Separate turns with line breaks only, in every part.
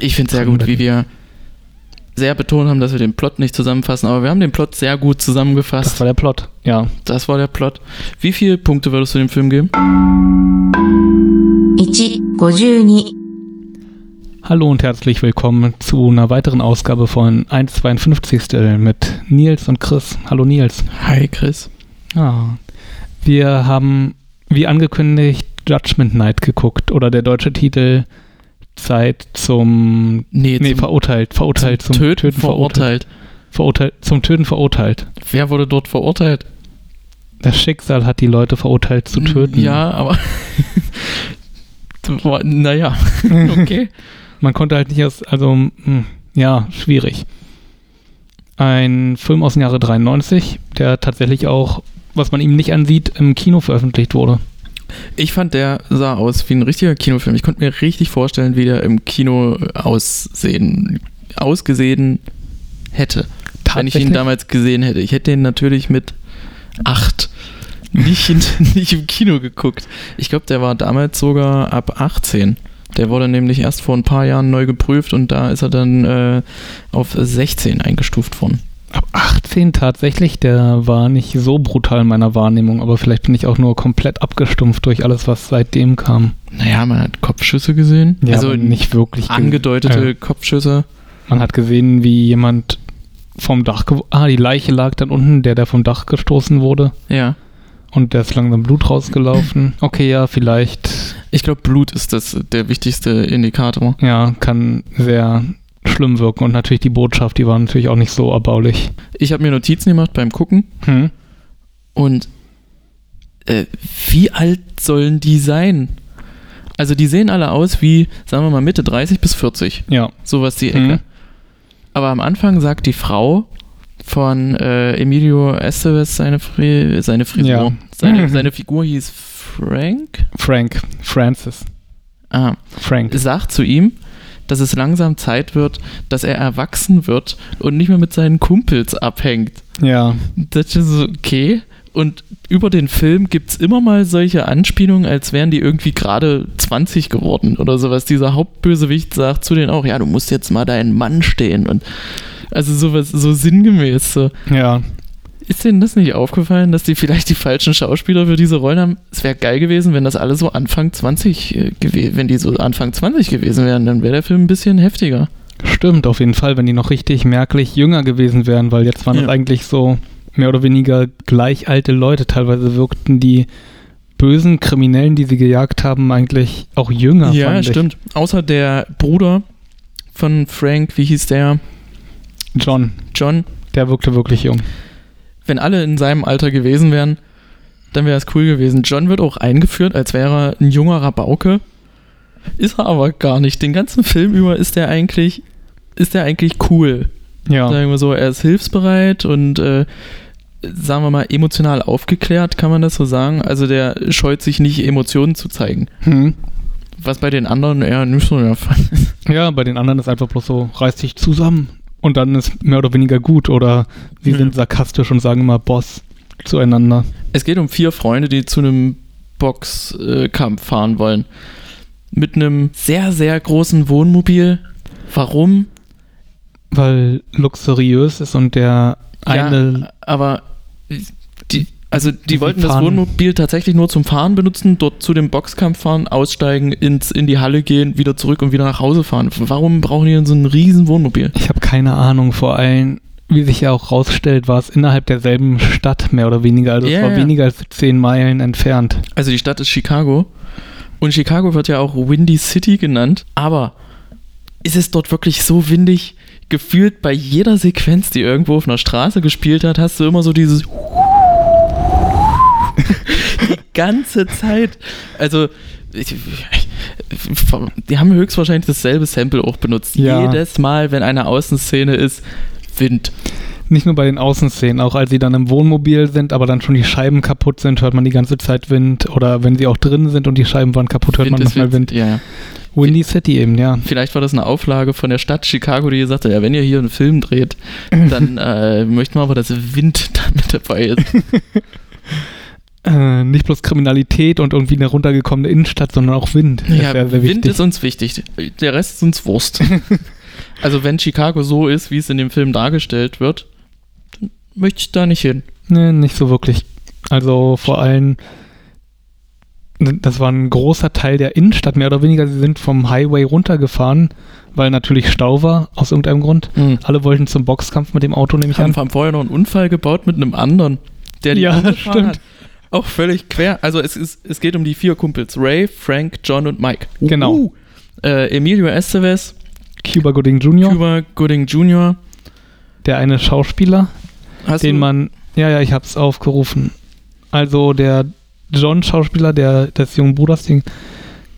ich finde es sehr gut, wie wir sehr betont haben, dass wir den Plot nicht zusammenfassen, aber wir haben den Plot sehr gut zusammengefasst.
Das war der Plot, ja.
Das war der Plot. Wie viele Punkte würdest du dem Film geben?
152
Hallo und herzlich willkommen zu einer weiteren Ausgabe von 1,52 mit Nils und Chris. Hallo Nils.
Hi Chris.
Ja. Wir haben, wie angekündigt, Judgment Night geguckt oder der deutsche Titel Zeit zum
Nee,
nee,
zum
verurteilt, verurteilt zum,
Töten, verurteilt.
verurteilt, zum Töten verurteilt.
Wer wurde dort verurteilt?
Das Schicksal hat die Leute verurteilt zu töten.
Ja, aber naja, okay.
Man konnte halt nicht aus, also mh, ja, schwierig. Ein Film aus dem Jahre 93, der tatsächlich auch, was man ihm nicht ansieht, im Kino veröffentlicht wurde.
Ich fand, der sah aus wie ein richtiger Kinofilm. Ich konnte mir richtig vorstellen, wie der im Kino aussehen, ausgesehen hätte. Wenn ich ihn
Tatsächlich?
damals gesehen hätte. Ich hätte den natürlich mit acht nicht, in, nicht im Kino geguckt. Ich glaube, der war damals sogar ab 18. Der wurde nämlich erst vor ein paar Jahren neu geprüft und da ist er dann äh, auf 16 eingestuft worden.
Ab 18 tatsächlich, der war nicht so brutal in meiner Wahrnehmung, aber vielleicht bin ich auch nur komplett abgestumpft durch alles, was seitdem kam.
Naja, man hat Kopfschüsse gesehen.
Ja,
also
aber nicht wirklich. ge-
angedeutete
Äh,
Kopfschüsse.
man hat gesehen, wie jemand vom Dach, gew- ah, die Leiche lag dann unten, der, der vom Dach gestoßen wurde
Ja.
und der ist langsam Blut rausgelaufen. Okay, ja, vielleicht
Ich glaube, Blut ist das der wichtigste Indikator.
ja, kann sehr schlimm wirken. Und natürlich die Botschaft, die war natürlich auch nicht so erbaulich.
Ich habe mir Notizen gemacht beim Gucken
Hm?
und äh, wie alt sollen die sein? Also die sehen alle aus wie, sagen wir mal, Mitte 30 bis 40,
Ja.
sowas die Ecke.
Hm.
Aber am Anfang sagt die Frau von äh, Emilio Estevez seine, Fri seine Frisur.
Ja.
Seine, seine Figur hieß Frank.
Frank, Francis,
Ah,
Frank.
sagt zu ihm, dass es langsam Zeit wird, dass er erwachsen wird und nicht mehr mit seinen Kumpels abhängt.
Ja,
Das ist so, okay. Und über den Film gibt es immer mal solche Anspielungen, als wären die irgendwie gerade 20 geworden oder sowas. Dieser Hauptbösewicht sagt zu denen auch, ja, du musst jetzt mal deinen Mann stehen. Und also sowas, so sinngemäß. So.
ja.
Ist denen das nicht aufgefallen, dass die vielleicht die falschen Schauspieler für diese Rollen haben? Es wäre geil gewesen, wenn das alle so Anfang 20 äh, gewesen, wenn die so Anfang 20 gewesen wären, dann wäre der Film ein bisschen heftiger.
Stimmt, auf jeden Fall, wenn die noch richtig merklich jünger gewesen wären, weil jetzt waren
Ja.
das eigentlich so mehr oder weniger gleich alte Leute. Teilweise wirkten die bösen Kriminellen, die sie gejagt haben, eigentlich auch jünger. fand ich.
Außer der Bruder von Frank, wie hieß der?
John,
John.
der wirkte wirklich jung.
wenn alle in seinem Alter gewesen wären, dann wäre es cool gewesen. John wird auch eingeführt, als wäre er ein junger Rabauke. Ist er aber gar nicht. Den ganzen Film über ist er eigentlich, ist er eigentlich cool.
Ja,
Sagen wir so, er ist hilfsbereit und äh, sagen wir mal emotional aufgeklärt, kann man das so sagen. Also der scheut sich nicht, Emotionen zu zeigen.
hm.
Was bei den anderen eher nicht so der Fall ist.
Ja, bei den anderen ist einfach bloß so, reiß dich zusammen und dann ist mehr oder weniger gut oder sie
Ja.
sind sarkastisch und sagen immer Boss zueinander.
Es geht um vier Freunde, die zu einem Boxkampf fahren wollen. Mit einem sehr, sehr großen Wohnmobil. Warum?
Weil luxuriös ist und der eine,
ja, aber die, also die
Die
wollten das
fahren-
Wohnmobil tatsächlich nur zum Fahren benutzen, dort zu dem Boxkampf fahren, aussteigen, ins, in die Halle gehen, wieder zurück und wieder nach Hause fahren. Warum brauchen die denn so ein riesen Wohnmobil?
ich habe keine Ahnung, vor allem, wie sich ja auch rausstellt, war es innerhalb derselben Stadt mehr oder weniger, also
Ja,
es war
ja.
weniger als zehn Meilen entfernt.
Also die Stadt ist Chicago und Chicago wird ja auch Windy City genannt, aber ist es dort wirklich so windig? Gefühlt bei jeder Sequenz, die irgendwo auf einer Straße gespielt hat, hast du immer so dieses die ganze Zeit. Also ich, die haben höchstwahrscheinlich dasselbe Sample auch benutzt.
Ja.
Jedes Mal, wenn eine Außenszene ist, Wind.
Nicht nur bei den Außenszenen, auch als sie dann im Wohnmobil sind, aber dann schon die Scheiben kaputt sind, hört man die ganze Zeit Wind oder wenn sie auch drin sind und die Scheiben waren kaputt, hört
Wind
man
ist
manchmal Wind.
Ja, ja.
Windy City eben, ja.
Vielleicht war das eine Auflage von der Stadt Chicago, die gesagt hat, ja, wenn ihr hier einen Film dreht, dann äh, möchten wir aber, dass Wind damit dabei ist.
äh, nicht bloß Kriminalität und irgendwie eine runtergekommene Innenstadt, sondern auch Wind. Das
Ja,
wär sehr
Wind
wichtig.
ist uns wichtig. Der Rest ist uns Wurst. also, wenn Chicago so ist, wie es in dem Film dargestellt wird, dann möchte ich da nicht hin.
Nee, nicht so wirklich. Also vor allem, das war ein großer Teil der Innenstadt, mehr oder weniger. Sie sind vom Highway runtergefahren, weil natürlich Stau war, aus irgendeinem Grund.
Mhm.
Alle wollten zum Boxkampf mit dem Auto, nehme ich
Haben
an.
vor- vorher noch einen Unfall gebaut mit einem anderen, der die
Ja,
angefahren
stimmt.
hat. Auch völlig quer. Also, es, ist, es geht um die vier Kumpels: Ray, Frank, John und Mike.
Genau.
Uh, äh, Emilio Estevez,
Cuba Gooding Jr.,
Cuba Gooding Jr.
der eine Schauspieler,
Hast
den
du-
man. Ja, ja, ich hab's aufgerufen. Also der John-Schauspieler, der des jungen Bruders, den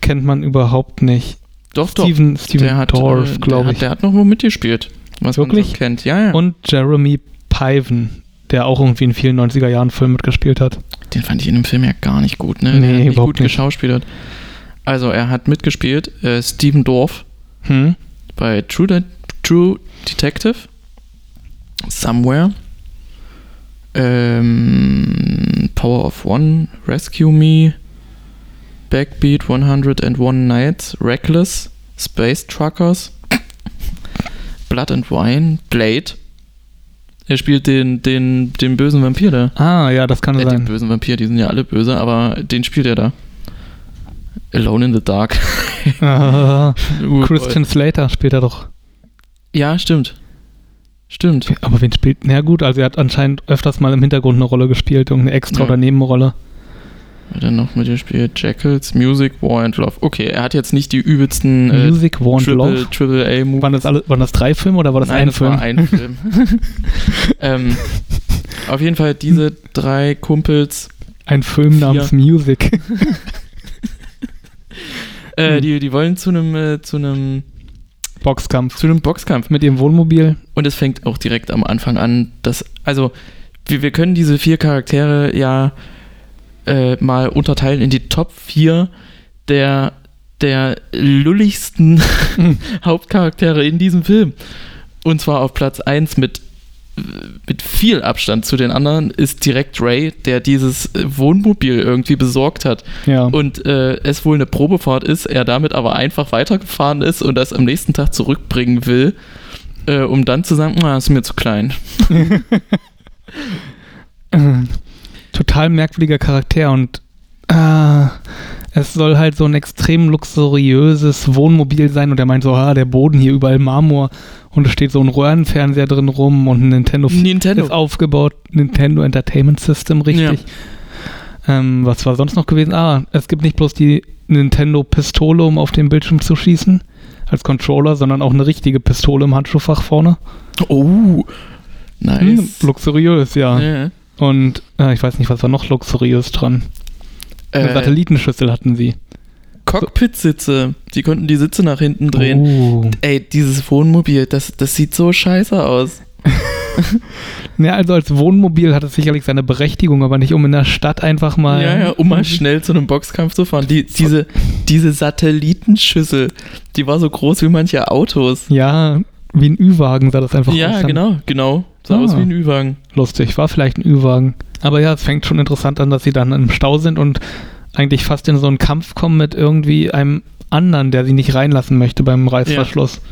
kennt man überhaupt nicht.
Doch, doch.
Steven, Steven
der hat, äh,
Dorff,
der
glaube
hat-
ich.
Der hat noch mal mitgespielt. Was Man
Wirklich?
so kennt. Ja, ja.
Und Jeremy Piven, der auch irgendwie in vielen 90er Jahren Filmen mitgespielt hat.
Den fand ich in dem Film ja gar nicht gut, ne?
Nee,
der hat nicht
überhaupt
gut
nicht.
geschauspielert. Also er hat mitgespielt, äh, Steven Dorff
Hm?
bei True, De True Detective, Somewhere, ähm, Power of One, Rescue Me, Backbeat 101 Nights, Reckless, Space Truckers, Blood and Wine, Blade. Er spielt den, den, den bösen Vampir da.
Ah, ja, das kann
Äh, den
sein.
bösen Vampir, die sind ja alle böse, aber den spielt er da. Alone in the Dark.
Ah, Christian Slater spielt er doch.
Ja, stimmt. Stimmt.
Aber wen spielt? Na gut, also er hat anscheinend öfters mal im Hintergrund eine Rolle gespielt, irgendeine Extra-
Ja.
oder Nebenrolle.
Wer Dann noch mit dir spielt Jackals, Music, War and Love. Okay, er hat jetzt nicht die übelsten äh,
Music, War and
Triple,
Love.
Triple A Movies.
Waren das, alle, waren das drei Filme oder war das ein
das war
Film?
ein Film. ähm, auf jeden Fall diese drei Kumpels,
Ein Film
Vier.
namens Music.
äh,
Mhm.
die, die wollen zu einem äh, zu einem
Boxkampf.
zu einem Boxkampf.
Mit dem Wohnmobil.
Und es fängt auch direkt am Anfang an, dass, also, wir, wir können diese vier Charaktere ja äh, mal unterteilen in die Top 4 der, der lulligsten Hauptcharaktere in diesem Film. Und zwar auf Platz 1 mit, äh, mit viel Abstand zu den anderen ist direkt Ray, der dieses äh, Wohnmobil irgendwie besorgt hat
Ja.
und äh, es wohl eine Probefahrt ist, er damit aber einfach weitergefahren ist und das am nächsten Tag zurückbringen will, äh, um dann zu sagen, na, ist mir zu klein.
Äh, Total merkwürdiger Charakter und ah, es soll halt so ein extrem luxuriöses Wohnmobil sein und er meint so, ah, der Boden hier überall Marmor und es steht so ein Röhrenfernseher drin rum und ein Nintendo, ist
Nintendo.
aufgebaut, Nintendo Entertainment System, richtig. Ähm, was war sonst noch gewesen? Ah, es gibt nicht bloß die Nintendo Pistole, um auf den Bildschirm zu schießen als Controller, sondern auch eine richtige Pistole im Handschuhfach vorne.
Oh,
Hm,
nice.
luxuriös, ja.
Ja.
Und äh, ich weiß nicht, was war noch luxuriös dran. Eine
Äh,
Satellitenschüssel hatten sie.
Cockpit-Sitze. Die konnten die Sitze nach hinten drehen.
Oh.
Ey, dieses Wohnmobil, das, das sieht so scheiße aus.
Ja, also als Wohnmobil hat es sicherlich seine Berechtigung, aber nicht um in der Stadt einfach mal. Mhm.
Ja, ja, um mal schnell zu einem Boxkampf zu fahren. Die, diese, diese Satellitenschüssel, die war so groß wie manche Autos.
Ja, wie ein Ü-Wagen sah das einfach aus.
Ja,
Dann
genau, genau. Sah
Ah.
aus wie ein Ü-Wagen.
Lustig, war vielleicht ein Ü-Wagen. Aber ja, es fängt schon interessant an, dass sie dann im Stau sind und eigentlich fast in so einen Kampf kommen mit irgendwie einem anderen, der sie nicht reinlassen möchte beim Reißverschluss.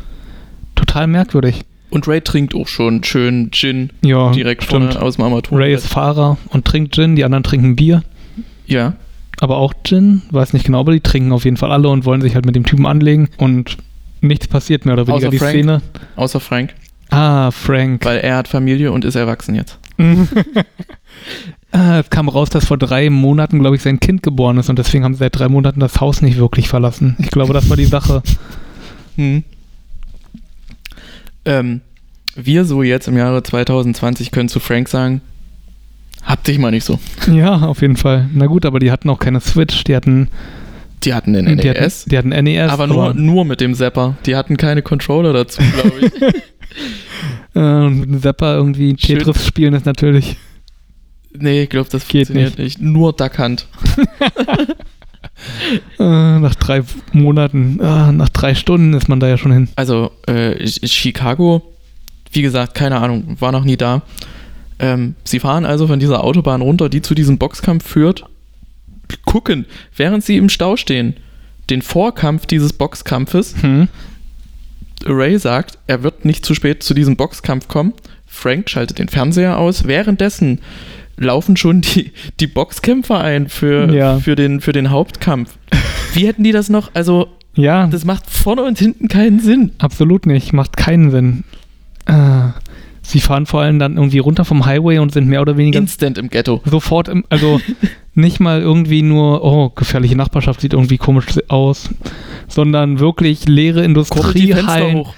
Total merkwürdig.
Und Ray trinkt auch schon schön Gin
Ja,
direkt
Ah, stimmt.
vorne aus dem Armatur.
Ray ist Fahrer und trinkt Gin, die anderen trinken Bier.
ja.
aber auch Gin, weiß nicht genau, aber die trinken auf jeden Fall alle und wollen sich halt mit dem Typen anlegen und nichts passiert mehr oder weniger
Außer
die
Frank.
Szene.
Außer Frank,
Ah, Frank.
weil er hat Familie und ist erwachsen jetzt.
Ah, es kam raus, dass vor drei Monaten, glaube ich, sein Kind geboren ist und deswegen haben sie seit drei Monaten das Haus nicht wirklich verlassen. Ich glaube, das war die Sache.
Hm. Ähm, wir so jetzt im Jahre 2020 können zu Frank sagen, hab dich mal nicht so.
ja, auf jeden Fall. Na gut, aber die hatten auch keine Switch, die hatten
Die hatten den
Die hatten, E
NES,
die hatten NES.
E aber nur, nur mit dem Zapper. Die hatten keine Controller dazu, glaube ich.
äh, mit dem Zapper irgendwie
Schön.
Tetris spielen ist natürlich.
nee, ich glaube, das
Geht
funktioniert nicht. Nur Duckhand.
Äh, nach drei Monaten, ah, nach drei Stunden ist man da ja schon hin.
Also äh, Ch- Chicago, wie gesagt, keine Ahnung, war noch nie da. Ähm, sie fahren also von dieser Autobahn runter, die zu diesem Boxkampf führt. Gucken, während sie im Stau stehen, den Vorkampf dieses Boxkampfes.
Hm.
Ray sagt, er wird nicht zu spät zu diesem Boxkampf kommen. Frank schaltet den Fernseher aus. Währenddessen laufen schon die, die Boxkämpfer ein für,
Ja.
für, den, für den Hauptkampf. Wie hätten die das noch? Also,
Ja,
das macht vorne und hinten keinen Sinn.
absolut nicht. Macht keinen Sinn. Äh, sie fahren vor allem dann irgendwie runter vom Highway und sind mehr oder weniger
Instant im Ghetto.
sofort im, also nicht mal irgendwie nur, oh, gefährliche Nachbarschaft sieht irgendwie komisch aus, sondern wirklich leere
Kurbelt die Fenster
Industriehallen,
hoch.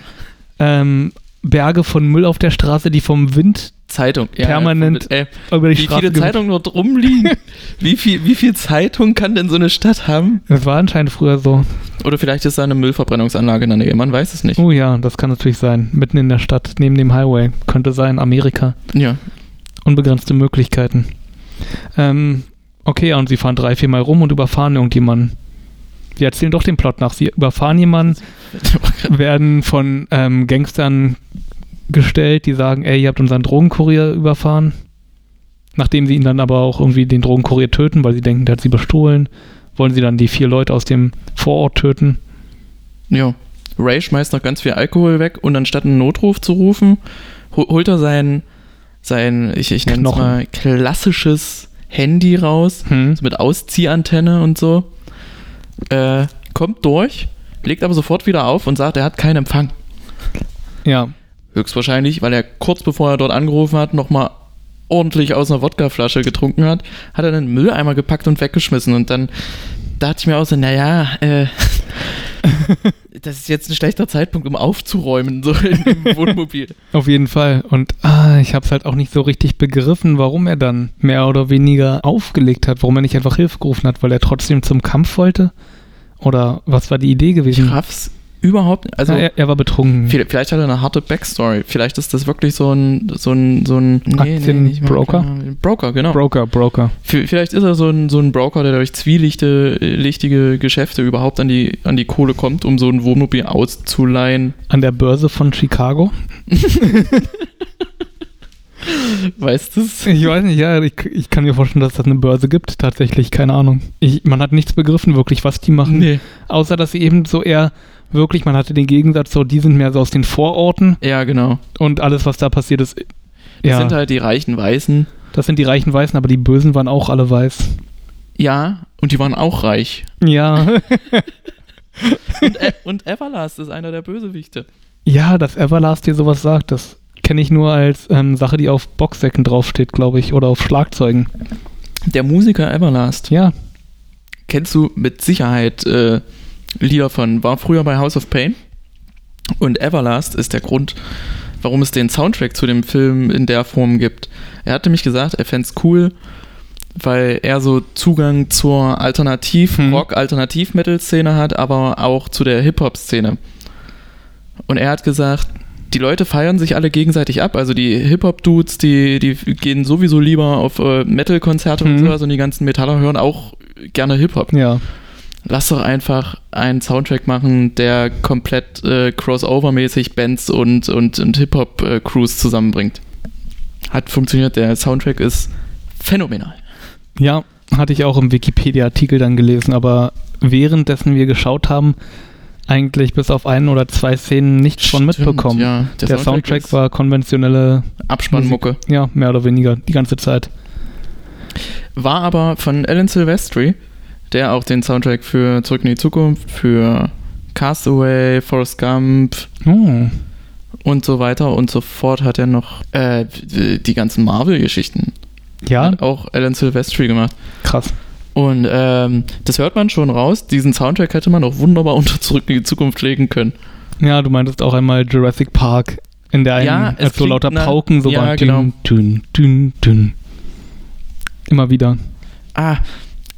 ähm, Berge von Müll auf der Straße, die vom Wind
Zeitung.
Permanent
Ey,
über die
äh, wie
Straße
viele
geweht-
Zeitungen dort rumliegen? wie, viel, wie viel Zeitung kann denn so eine Stadt haben?
Das war anscheinend früher so.
Oder vielleicht ist da eine Müllverbrennungsanlage in der Nähe. Man weiß es nicht.
Oh ja, das kann natürlich sein. Mitten in der Stadt, neben dem Highway. Könnte sein, Amerika.
Ja.
Unbegrenzte Möglichkeiten. Ähm, okay, ja, und sie fahren drei, viermal rum und überfahren irgendjemanden. Wir erzählen doch den Plot nach. Sie überfahren jemanden, werden von ähm, Gangstern gestellt, die sagen, ey, ihr habt unseren Drogenkurier überfahren. Nachdem sie ihn dann aber auch irgendwie den Drogenkurier töten, weil sie denken, der hat sie bestohlen, wollen sie dann die vier Leute aus dem Vorort töten.
ja. Ray schmeißt noch ganz viel Alkohol weg und anstatt einen Notruf zu rufen, ho- holt er sein, sein ich, ich nenne es
Knochen.
mal, klassisches Handy raus.
Hm.
so mit Ausziehantenne und so. Äh, kommt durch, legt aber sofort wieder auf und sagt, er hat keinen Empfang.
Ja,
Höchstwahrscheinlich, weil er kurz bevor er dort angerufen hat, nochmal ordentlich aus einer Wodkaflasche getrunken hat, hat er einen Mülleimer gepackt und weggeschmissen. Und dann dachte ich mir auch so, naja, äh, das ist jetzt ein schlechter Zeitpunkt, um aufzuräumen, so im Wohnmobil.
Auf jeden Fall. Und ah, ich habe es halt auch nicht so richtig begriffen, warum er dann mehr oder weniger aufgelegt hat, warum er nicht einfach Hilfe gerufen hat, weil er trotzdem zum Kampf wollte. Oder was war die Idee
Ich
gewesen?
raff's überhaupt nicht. Also,
Na, er, er war betrunken.
Vielleicht, vielleicht hat er eine harte Backstory. Vielleicht ist das wirklich so ein, so ein, so ein nicht mal-
Aktienbroker?
keine Ahnung. Broker, genau.
Broker, Broker.
V- vielleicht ist er so ein, so ein Broker, der durch zwielichte, äh, lichtige Geschäfte überhaupt an die, an die Kohle kommt, um so ein Wohnmobil auszuleihen.
An der Börse von Chicago?
Weißt du's?
Ich weiß nicht, ja, ich, ich kann mir vorstellen, dass das eine Börse gibt, tatsächlich, keine Ahnung. Ich, man hat nichts begriffen, wirklich, was die machen. Außer, dass sie eben so eher, wirklich, man hatte den Gegensatz, so, die sind mehr so aus den Vororten
Ja, genau.
und alles, was da passiert ist.
Das sind halt die reichen Weißen.
Das sind die reichen Weißen, aber die Bösen waren auch alle weiß.
Ja, und die waren auch reich.
Ja.
Und, e und Everlast ist einer der Bösewichte.
ja, dass Everlast dir sowas sagt, das kenne ich nur als ähm, Sache, die auf Boxsäcken draufsteht, glaube ich, oder auf Schlagzeugen.
Der Musiker Everlast.
Ja.
kennst du mit Sicherheit äh, Lieder von, war früher bei House of Pain. Und Everlast ist der Grund, warum es den Soundtrack zu dem Film in der Form gibt. Er hatte mich gesagt, er fänd's cool, weil er so Zugang zur
Hm.
Alternativ-Rock, Alternativ-Metal-Szene hat, aber auch zu der Hip-Hop-Szene. Und er hat gesagt, die Leute feiern sich alle gegenseitig ab. Also die Hip-Hop-Dudes, die, die gehen sowieso lieber auf äh, Metal-Konzerte und
Hm.
sowas und Also die ganzen Metaller hören auch gerne Hip-Hop
Ja.
lass doch einfach einen Soundtrack machen, der komplett äh, crossover-mäßig Bands und, und, und Hip-Hop-Crews zusammenbringt. Hat funktioniert, der Soundtrack ist phänomenal.
Ja, hatte ich auch im Wikipedia-Artikel dann gelesen, aber währenddessen wir geschaut haben, eigentlich bis auf einen oder zwei Szenen nichts von
Stimmt,
mitbekommen.
Ja,
Der, Soundtrack,
ist
war konventionelle,
Abspannmucke.
ja, mehr oder weniger, die ganze Zeit.
War aber von Alan Silvestri, der auch den Soundtrack für Zurück in die Zukunft, für Castaway, Forrest Gump
Oh,
und so weiter und so fort hat er noch äh, die ganzen Marvel-Geschichten.
ja,
Hat auch Alan Silvestri gemacht.
krass.
Und ähm, das hört man schon raus. Diesen Soundtrack hätte man auch wunderbar unter Zurück in die Zukunft legen können.
Ja, du meintest auch einmal Jurassic Park, in der einen,
Ja, es
als so
klingt
lauter
nach-
Pauken so
ja,
waren.
genau.
dünn, dünn, dünn. Immer wieder.
Ah,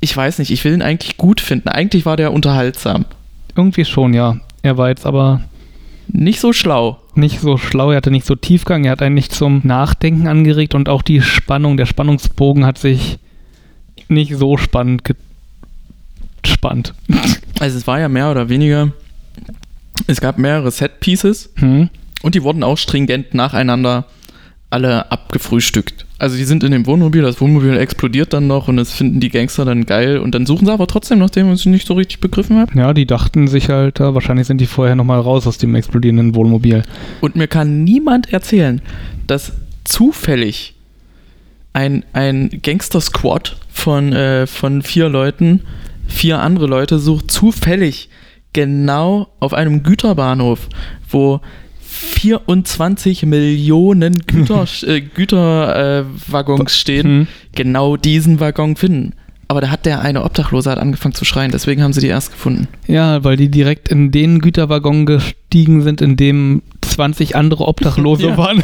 ich weiß nicht. Ich will ihn eigentlich gut finden. Eigentlich war der unterhaltsam.
Irgendwie schon, ja. Er war jetzt aber
Nicht so schlau.
nicht so schlau, er hatte nicht so Tiefgang, er hat einen nicht zum Nachdenken angeregt und auch die Spannung, der Spannungsbogen hat sich nicht so spannend gespannt.
Also es war ja mehr oder weniger. Es gab mehrere Set-Pieces
Hm?
und die wurden auch stringent nacheinander alle abgefrühstückt. Also die sind in dem Wohnmobil, das Wohnmobil explodiert dann noch und das finden die Gangster dann geil und dann suchen sie aber trotzdem nach dem, was ich nicht so richtig begriffen habe.
Ja, die dachten sich halt, ja, wahrscheinlich sind die vorher nochmal raus aus dem explodierenden Wohnmobil.
Und mir kann niemand erzählen, dass zufällig ein, ein Gangster-Squad von, äh, von vier Leuten, vier andere Leute sucht zufällig genau auf einem Güterbahnhof, wo 24 Millionen Güter, äh, Güterwaggons stehen,
Hm.
genau diesen Waggon finden. Aber da hat der eine Obdachlose hat angefangen zu schreien, deswegen haben sie die erst gefunden.
Ja, weil die direkt in den Güterwaggon gestiegen sind, in dem 20 andere Obdachlose
Ja.
waren.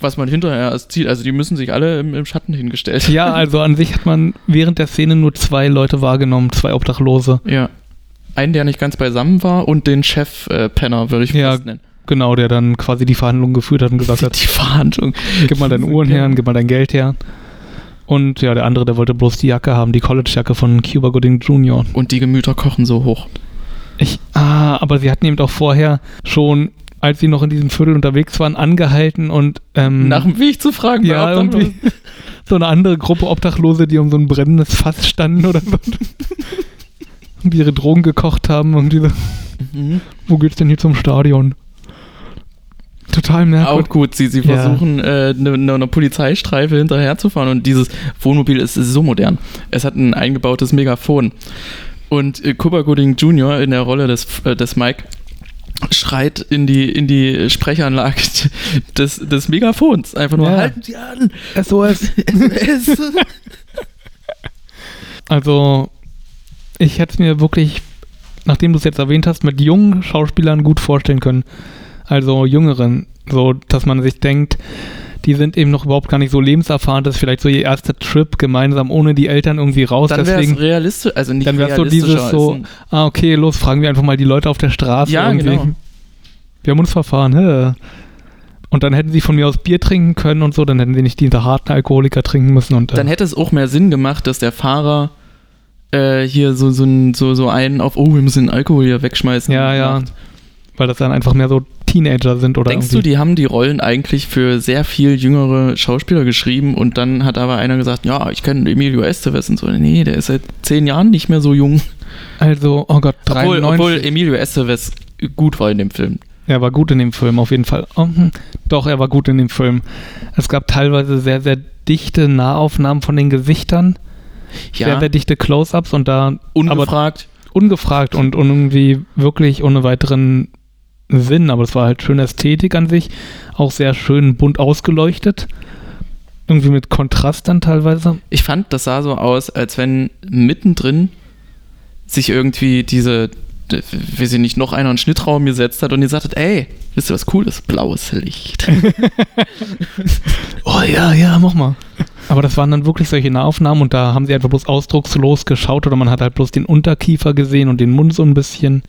Was man hinterher als Ziel, also die müssen sich alle im, im Schatten hingestellt.
ja, also an sich hat man während der Szene nur zwei Leute wahrgenommen, zwei Obdachlose.
Ja. Einen, der nicht ganz beisammen war und den Chef-Penner, würde ich
Ja,
fast nennen.
Genau, der dann quasi die Verhandlungen geführt hat und gesagt hat,
Die Verhandlung.
gib mal deine Uhren her, und gib mal dein Geld her. Und ja, der andere, der wollte bloß die Jacke haben, die College-Jacke von Cuba Gooding Jr.
Und die Gemüter kochen so hoch.
Ich, ah, aber sie hatten eben auch vorher schon, als sie noch in diesem Viertel unterwegs waren, angehalten und ähm,
Nach dem Weg zu fragen, bei
ja,
Obdachlosen.
irgendwie so eine andere Gruppe Obdachlose, die um so ein brennendes Fass standen oder so. und ihre Drogen gekocht haben und diese,
Mhm.
wo geht's denn hier zum Stadion? Total merkwürdig.
Auch gut, sie, sie
Ja.
versuchen, äh, eine ne, ne Polizeistreife hinterherzufahren und dieses Wohnmobil ist, ist so modern. Es hat ein eingebautes Megafon. Und äh, Cuba Gooding Jr. in der Rolle des, äh, des Mike schreit in die, in die Sprechanlage des, des Megafons. Einfach nur,
Ja.
halten Sie an!
SOS.
SMS!
Also, ich hätte es mir wirklich, nachdem du es jetzt erwähnt hast, mit jungen Schauspielern gut vorstellen können. Also jüngeren. So, dass man sich denkt, die sind eben noch überhaupt gar nicht so lebenserfahren, das ist vielleicht so ihr erster Trip gemeinsam ohne die Eltern irgendwie raus.
Dann wäre es
Deswegen,
realistisch, also nicht
dann wär's so
realistischer,
dieses
ist
so-
ein-
ah, okay, los, fragen wir einfach mal die Leute auf der Straße.
Ja,
irgendwie.
genau.
Wir haben uns verfahren, hä? Und dann hätten sie von mir aus Bier trinken können und so, dann hätten sie nicht diese harten Alkoholiker trinken müssen und
Dann
äh,
hätte es auch mehr Sinn gemacht, dass der Fahrer äh, hier so, so, ein- so, so einen auf, oh, wir müssen den Alkohol hier wegschmeißen.
ja, ja.
macht.
Weil das dann einfach mehr so Teenager sind oder
Denkst du,
irgendwie.
die haben die Rollen eigentlich für sehr viel jüngere Schauspieler geschrieben und dann hat aber einer gesagt, ja, ich kenne Emilio Estevez und so. Nee, der ist seit zehn Jahren nicht mehr so jung.
Also, oh Gott, 93.
Obwohl, obwohl Emilio Estevez gut war in dem Film.
Er war gut in dem Film, auf jeden Fall. Oh, hm. Doch, er war gut in dem Film. Es gab teilweise sehr, sehr dichte Nahaufnahmen von den Gesichtern, sehr,
Ja,
sehr dichte Close-ups und da
ungefragt.
ungefragt und, und irgendwie wirklich ohne weiteren Sinn. Aber es war halt schöne Ästhetik an sich, auch sehr schön bunt ausgeleuchtet. Irgendwie mit Kontrast dann teilweise.
Ich fand, das sah so aus, als wenn mittendrin sich irgendwie diese, äh, weiß ich nicht, noch einer einen Schnittraum gesetzt hat und ihr sagtet, ey, wisst ihr was Cooles? Blaues Licht.
Oh ja, ja, mach mal. Aber das waren dann wirklich solche Nahaufnahmen und da haben sie einfach bloß ausdruckslos geschaut oder man hat halt bloß den Unterkiefer gesehen und den Mund so ein bisschen.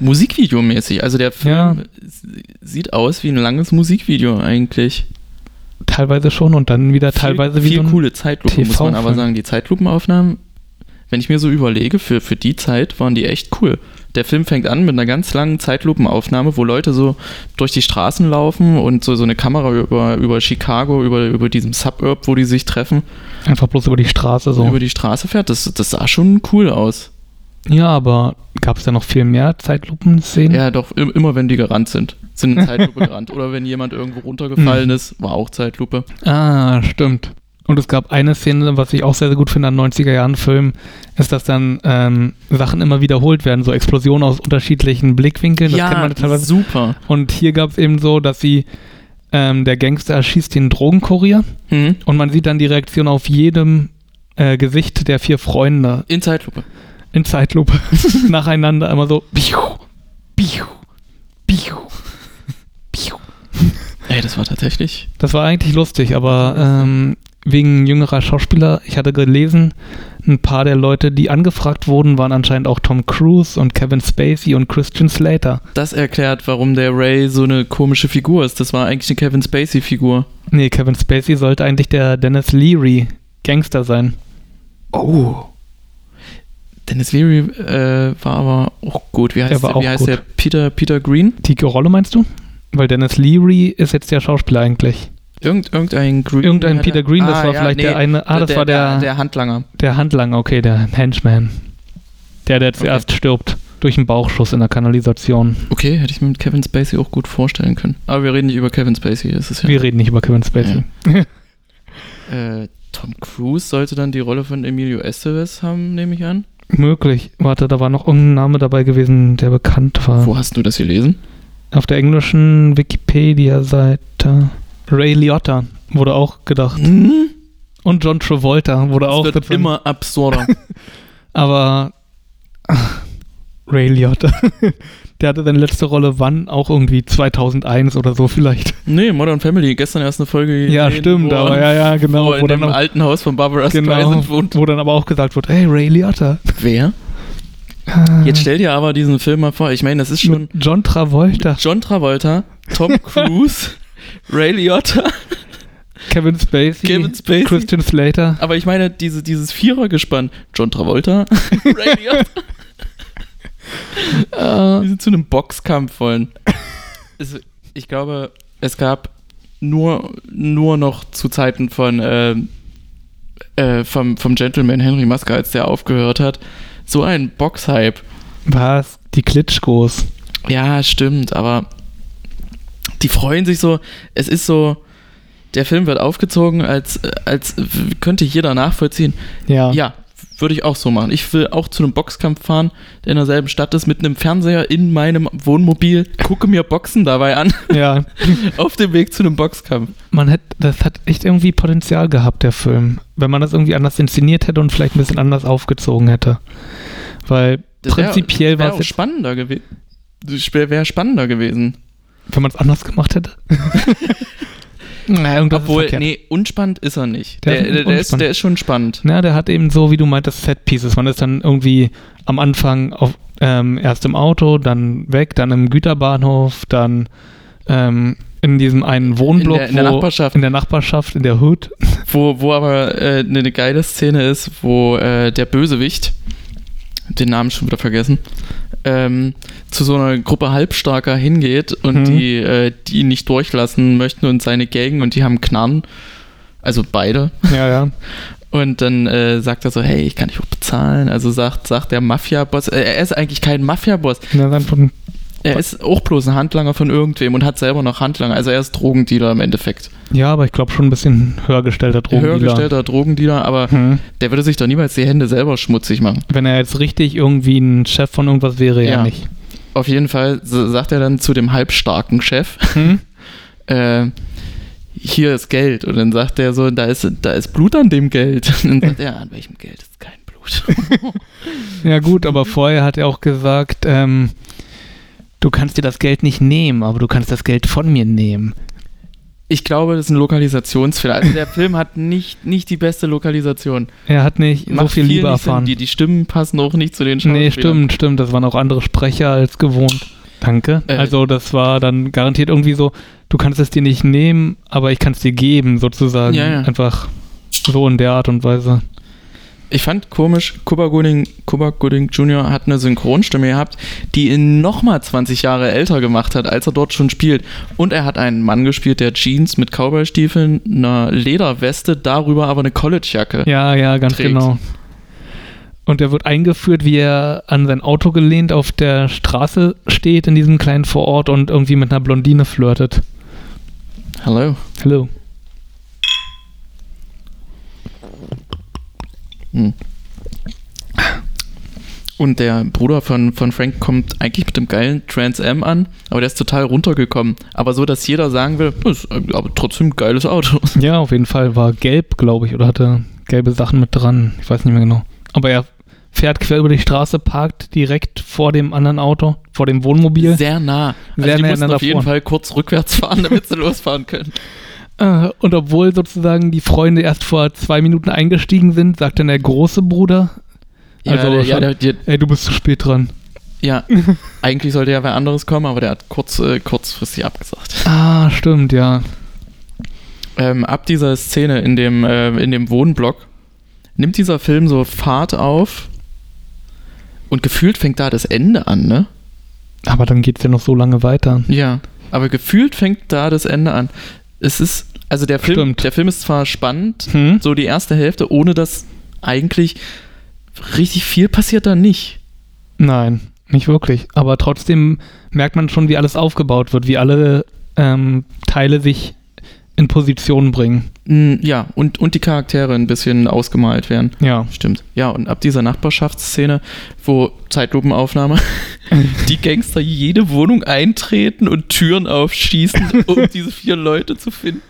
Musikvideomäßig. Also der Film
Ja.
sieht aus wie ein langes Musikvideo eigentlich.
Teilweise schon und dann wieder teilweise
viel,
wie so
viel
ein-
coole Zeitlupen, muss man
TV-Film.
aber sagen. Die Zeitlupenaufnahmen, wenn ich mir so überlege, für, für die Zeit waren die echt cool. Der Film fängt an mit einer ganz langen Zeitlupenaufnahme, wo Leute so durch die Straßen laufen und so, so eine Kamera über, über Chicago, über, über diesem Suburb, wo die sich treffen,
einfach bloß über die Straße so.
über die Straße fährt. Das, das sah schon cool aus.
Ja, aber gab es da noch viel mehr Zeitlupenszenen?
Ja, doch, im, immer wenn die gerannt sind, sind in Zeitlupe gerannt. Oder wenn jemand irgendwo runtergefallen
Mhm.
ist, war auch Zeitlupe.
Ah, stimmt. Und es gab eine Szene, was ich auch sehr, sehr gut finde an 90er Jahren Filmen, ist, dass dann ähm, Sachen immer wiederholt werden, so Explosionen aus unterschiedlichen Blickwinkeln. Das kennt man teilweise.
super.
Und hier gab es eben so, dass sie, ähm, der Gangster erschießt den Drogenkurier
Mhm.
und man sieht dann die Reaktion auf jedem äh, Gesicht der vier Freunde
In Zeitlupe.
in Zeitlupe nacheinander immer so piu, piu, piu, piu.
Ey, das war tatsächlich
Das war eigentlich lustig, aber ähm, wegen jüngerer Schauspieler, ich hatte gelesen, ein paar der Leute, die angefragt wurden, waren anscheinend auch Tom Cruise und Kevin Spacey und Christian Slater.
Das erklärt, warum der Ray so eine komische Figur ist. Das war eigentlich eine Kevin Spacey-Figur.
Nee, Kevin Spacey sollte eigentlich der Dennis Leary Gangster sein.
Oh. Dennis Leary äh, war aber auch gut. Wie heißt,
war
der,
auch
wie heißt
gut.
der? Peter, Peter Green?
Die Rolle meinst du? Weil Dennis Leary ist jetzt der Schauspieler eigentlich.
Irgend, irgendein Green.
Irgendein Peter Green, das
Ah,
war
ja,
vielleicht
nee,
der eine. Ah, das war der,
der,
der,
Handlanger.
Handlanger, okay, der Henchman. Der, der
Okay.
zuerst stirbt. Durch einen Bauchschuss in der Kanalisation.
Okay, hätte ich mir mit Kevin Spacey auch gut vorstellen können. Aber wir reden nicht über Kevin Spacey, das ist ja.
Wir reden nicht über Kevin Spacey.
Äh, Tom Cruise sollte dann die Rolle von Emilio Estevez haben, nehme ich an.
Möglich. Warte, da war noch irgendein Name dabei gewesen, der bekannt war.
Wo hast du das gelesen?
Auf der englischen Wikipedia-Seite. Ray Liotta wurde auch gedacht.
Hm?
Und John Travolta wurde auch
Das wird
gedacht.
immer absurder.
Aber Ray Liotta, der hatte seine letzte Rolle wann? Auch irgendwie 2001 oder so vielleicht.
nee, Modern Family, gestern erst eine Folge.
Ja,
gesehen,
stimmt,
wo,
aber ja, ja, genau.
Wo
Wo,
in
dann,
dem
auch,
alten Haus von Barbara
genau
Streisand wohnt.
wo dann aber auch gesagt wird, hey, Ray Liotta.
Wer? Jetzt stell dir aber diesen Film mal vor. Ich meine, das ist schon
Mit John Travolta,
John Travolta, Tom Cruise, Ray Liotta,
Kevin Spacey,
Kevin Spacey.
Christian Slater.
Aber ich meine, diese, dieses Vierergespann, John Travolta, Ray Liotta, die
Äh,
sind zu einem Boxkampf wollen. Es, ich glaube, es gab nur, nur noch zu Zeiten von ähm, äh, vom, vom Gentleman Henry Maske, als der aufgehört hat, so einen Boxhype.
was? Die Klitschkos.
Ja, stimmt, aber die freuen sich so. Es ist so, der Film wird aufgezogen, als, als w- könnte jeder nachvollziehen.
Ja.
Ja, würde ich auch so machen. Ich will auch zu einem Boxkampf fahren, der in derselben Stadt ist, mit einem Fernseher in meinem Wohnmobil, gucke mir Boxen dabei an,
ja.
auf dem Weg zu einem Boxkampf.
Man hat, das hat echt irgendwie Potenzial gehabt, der Film. Wenn man das irgendwie anders inszeniert hätte und vielleicht ein bisschen anders aufgezogen hätte. Weil
Das wär-
prinzipiell
das wär
war
auch
es jetzt,
spannender gewesen. Das wäre spannender gewesen.
wenn man es anders gemacht hätte. naja, irgendwas
Obwohl,
ist verkehrt.
nee, unspannend ist er nicht.
Der
Der,
ist
der, der, ist,
unspannend.
der ist schon spannend.
Na, der hat eben so, wie du meintest, Set Pieces. Man ist dann irgendwie am Anfang auf, ähm, erst im Auto, dann weg, dann im Güterbahnhof, dann ähm, in diesem einen Wohnblock.
in der
wo-
Nachbarschaft.
In der Nachbarschaft, in der Hood.
Wo, wo aber äh, eine geile Szene ist, wo äh, der Bösewicht, den Namen schon wieder vergessen, ähm, zu so einer Gruppe Halbstarker hingeht und
Mhm.
die, äh, die ihn nicht durchlassen möchten und seine Gang und die haben Knarren. Also beide.
Ja, ja.
Und dann äh, sagt er so, hey, ich kann dich auch bezahlen. Also sagt, sagt der Mafia-Boss, äh, er ist eigentlich kein Mafia-Boss.
Na, dann von,
Er ist auch bloß ein Handlanger von irgendwem und hat selber noch Handlanger. Also er ist Drogendealer im Endeffekt.
ja, aber ich glaube schon ein bisschen höher gestellter Drogendealer.
Höhergestellter Drogendealer, aber
Hm.
der würde sich doch niemals die Hände selber schmutzig machen.
Wenn er jetzt richtig irgendwie ein Chef von irgendwas wäre, ja,
Ja.
nicht.
Auf jeden Fall s- sagt er dann zu dem halbstarken Chef,
Hm?
äh, hier ist Geld. Und dann sagt er so, da ist, da ist Blut an dem Geld. Und dann sagt er, an welchem Geld ist kein Blut?
Ja gut, aber vorher hat er auch gesagt, ähm, du kannst dir das Geld nicht nehmen, aber du kannst das Geld von mir nehmen.
Ich glaube, das ist ein Lokalisationsfehler. Also der Film hat nicht, nicht die beste Lokalisation.
Er hat nicht so
Macht
viel Liebe
nicht Sinn.
erfahren.
Die, die Stimmen passen auch nicht zu den Schauspielern.
Nee, stimmt, stimmt. Das waren auch andere Sprecher als gewohnt. Danke.
Äh.
also das war dann garantiert irgendwie so, du kannst es dir nicht nehmen, aber ich kann es dir geben, sozusagen.
Ja, ja.
Einfach so in der Art und Weise.
Ich fand komisch, Cuba Gooding, Cuba Gooding Jr. hat eine Synchronstimme gehabt, die ihn nochmal 20 Jahre älter gemacht hat, als er dort schon spielt. Und er hat einen Mann gespielt, der Jeans mit Cowboystiefeln, einer Lederweste, darüber aber eine Collegejacke.
Ja, ja, ganz
trägt.
genau. Und er wird eingeführt, wie er an sein Auto gelehnt auf der Straße steht in diesem kleinen Vorort und irgendwie mit einer Blondine flirtet.
Hallo.
Hallo.
Und der Bruder von, von Frank kommt eigentlich mit dem geilen Trans Am an, aber der ist total runtergekommen. Aber so, dass jeder sagen will, das ist äh, aber trotzdem ein geiles Auto.
Ja, auf jeden Fall war gelb, glaube ich, oder hatte gelbe Sachen mit dran. Ich weiß nicht mehr genau. Aber er fährt quer über die Straße, parkt direkt vor dem anderen Auto, vor dem Wohnmobil.
Sehr nah. Also
Sehr
die
nah
mussten auf
aneinander
jeden
fahren.
Fall kurz rückwärts fahren, damit sie losfahren können.
Äh, Und obwohl sozusagen die Freunde erst vor zwei Minuten eingestiegen sind, sagt dann der große Bruder, Also,
der-
schon-
der, der,
ey, du bist zu spät dran.
Ja, eigentlich sollte ja wer anderes kommen, aber der hat kurz, äh, kurzfristig abgesagt.
Ah, stimmt, ja.
Ähm, ab dieser Szene in dem, äh, in dem Wohnblock nimmt dieser Film so Fahrt auf und gefühlt fängt da das Ende an, ne?
Aber dann geht es ja noch so lange weiter.
Ja. Aber gefühlt fängt da das Ende an. Es ist Also der Film,
Stimmt.
der Film ist zwar spannend,
Hm?
so die erste Hälfte, ohne dass eigentlich richtig viel passiert da nicht.
Nein, nicht wirklich. Aber trotzdem merkt man schon, wie alles aufgebaut wird, wie alle ähm, Teile sich in Position bringen.
Mm, Ja, und, und die Charaktere ein bisschen ausgemalt werden.
Ja.
Stimmt. Ja, und ab dieser Nachbarschaftsszene, wo Zeitlupenaufnahme, die Gangster jede Wohnung eintreten und Türen aufschießen, um diese vier Leute zu finden,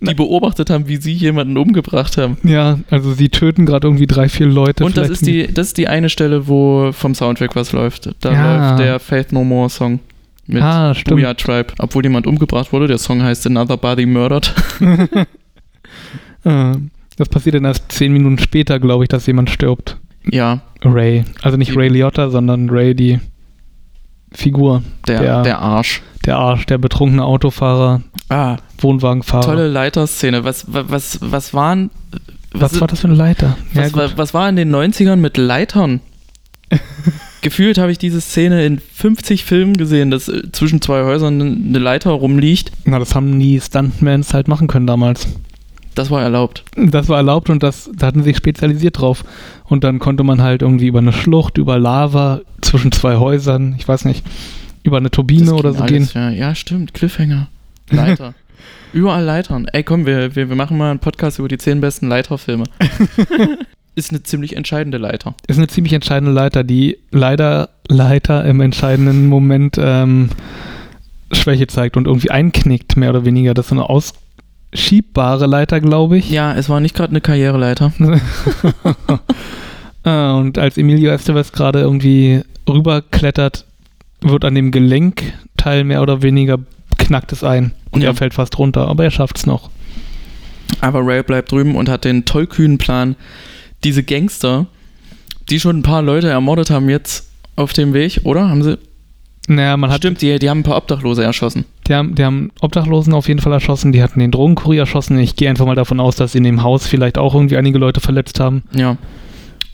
die beobachtet haben, wie sie jemanden umgebracht haben.
Ja, also sie töten gerade irgendwie drei, vier Leute.
und das
vielleicht
ist die, das ist die eine Stelle, wo vom Soundtrack was läuft. Da
Ja.
läuft der Faith No More Song mit
Ah, stimmt.
Booyah Tribe. Obwohl jemand umgebracht wurde, der Song heißt Another Body Murdered.
Äh, das passiert dann erst zehn Minuten später, glaube ich, dass jemand stirbt.
ja,
Ray. Also nicht
Die-
Ray Liotta, sondern Ray die Figur.
der,
Der-
der Arsch.
Der Arsch, der betrunkene Autofahrer,
Ah,
Wohnwagenfahrer.
tolle Leiterszene. Was, wa- was, was waren.
Was,
ist-
war das für eine Leiter? Ja,
Was,
gut.
war, was war in den 90ern mit Leitern? Gefühlt habe ich diese Szene in 50 Filmen gesehen, dass äh, zwischen zwei Häusern eine Leiter rumliegt.
Na, das haben die Stuntmans halt machen können damals.
Das war erlaubt.
Das war erlaubt und das, da hatten sie sich spezialisiert drauf. Und dann konnte man halt irgendwie über eine Schlucht, über Lava, zwischen zwei Häusern, ich weiß nicht, über eine
Das
Turbine
ging
oder so gehen.
alles, Ja, ja, stimmt. Cliffhanger. Leiter. Überall Leitern. Ey, komm, wir, wir, wir machen mal einen Podcast über die 10 besten Leiterfilme. Ist eine ziemlich entscheidende Leiter.
Ist eine ziemlich entscheidende Leiter, die leider Leiter im entscheidenden Moment ähm, Schwäche zeigt und irgendwie einknickt, mehr oder weniger. Das ist eine ausschiebbare Leiter, glaube ich.
Ja, es war nicht gerade eine Karriereleiter.
Ah, und als Emilio Estevez gerade irgendwie rüberklettert, wird an dem Gelenkteil mehr oder weniger knackt es ein. Und
Ja.
er fällt fast runter, aber er schafft es noch.
Aber Ray bleibt drüben und hat den tollkühnen Plan, diese Gangster, die schon ein paar Leute ermordet haben, jetzt auf dem Weg, oder? Haben sie?
Naja, man hat,
Stimmt, die, die haben ein paar Obdachlose erschossen.
die haben, die haben Obdachlosen auf jeden Fall erschossen, die hatten den Drogenkurier erschossen. Ich gehe einfach mal davon aus, dass sie in dem Haus vielleicht auch irgendwie einige Leute verletzt haben.
Ja.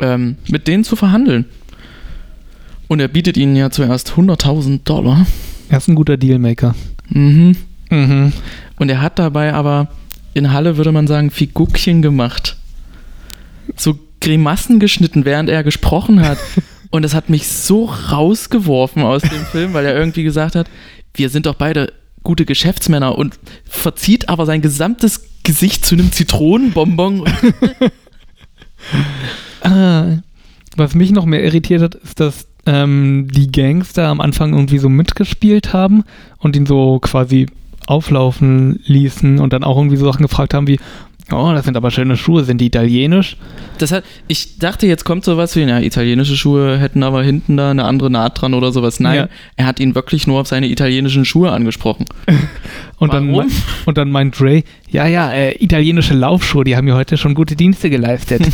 Ähm, mit denen zu verhandeln. Und er bietet ihnen ja zuerst 100.000 Dollar.
Er ist ein guter Dealmaker.
Mhm.
Mhm.
Und er hat dabei aber, in Halle würde man sagen, Figuckchen gemacht. So Grimassen geschnitten, während er gesprochen hat. Und das hat mich so rausgeworfen aus dem Film, weil er irgendwie gesagt hat, wir sind doch beide gute Geschäftsmänner und verzieht aber sein gesamtes Gesicht zu einem Zitronenbonbon.
Ah, was mich noch mehr irritiert hat, ist, dass ähm, die Gangster am Anfang irgendwie so mitgespielt haben und ihn so quasi auflaufen ließen und dann auch irgendwie so Sachen gefragt haben wie, oh, das sind aber schöne Schuhe, sind die italienisch?
Das hat, ich dachte, jetzt kommt sowas wie, na, italienische Schuhe hätten aber hinten da eine andere Naht dran oder sowas. Nein,
Ja.
er hat ihn wirklich nur auf seine italienischen Schuhe angesprochen.
Und dann,
Warum?
mei- und dann meint Ray, ja, ja, äh, italienische Laufschuhe, die haben mir heute schon gute Dienste geleistet.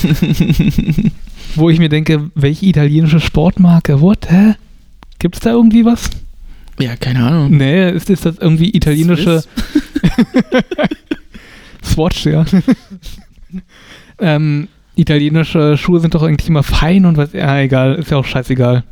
Wo ich mir denke, welche italienische Sportmarke? What? Hä? Gibt's da irgendwie was?
Ja, keine Ahnung.
Nee, ist, ist das irgendwie italienische
Mhm. Swiss?
Swatch, ja. ähm, italienische Schuhe sind doch eigentlich immer fein und was. Ja, egal, ist ja auch scheißegal.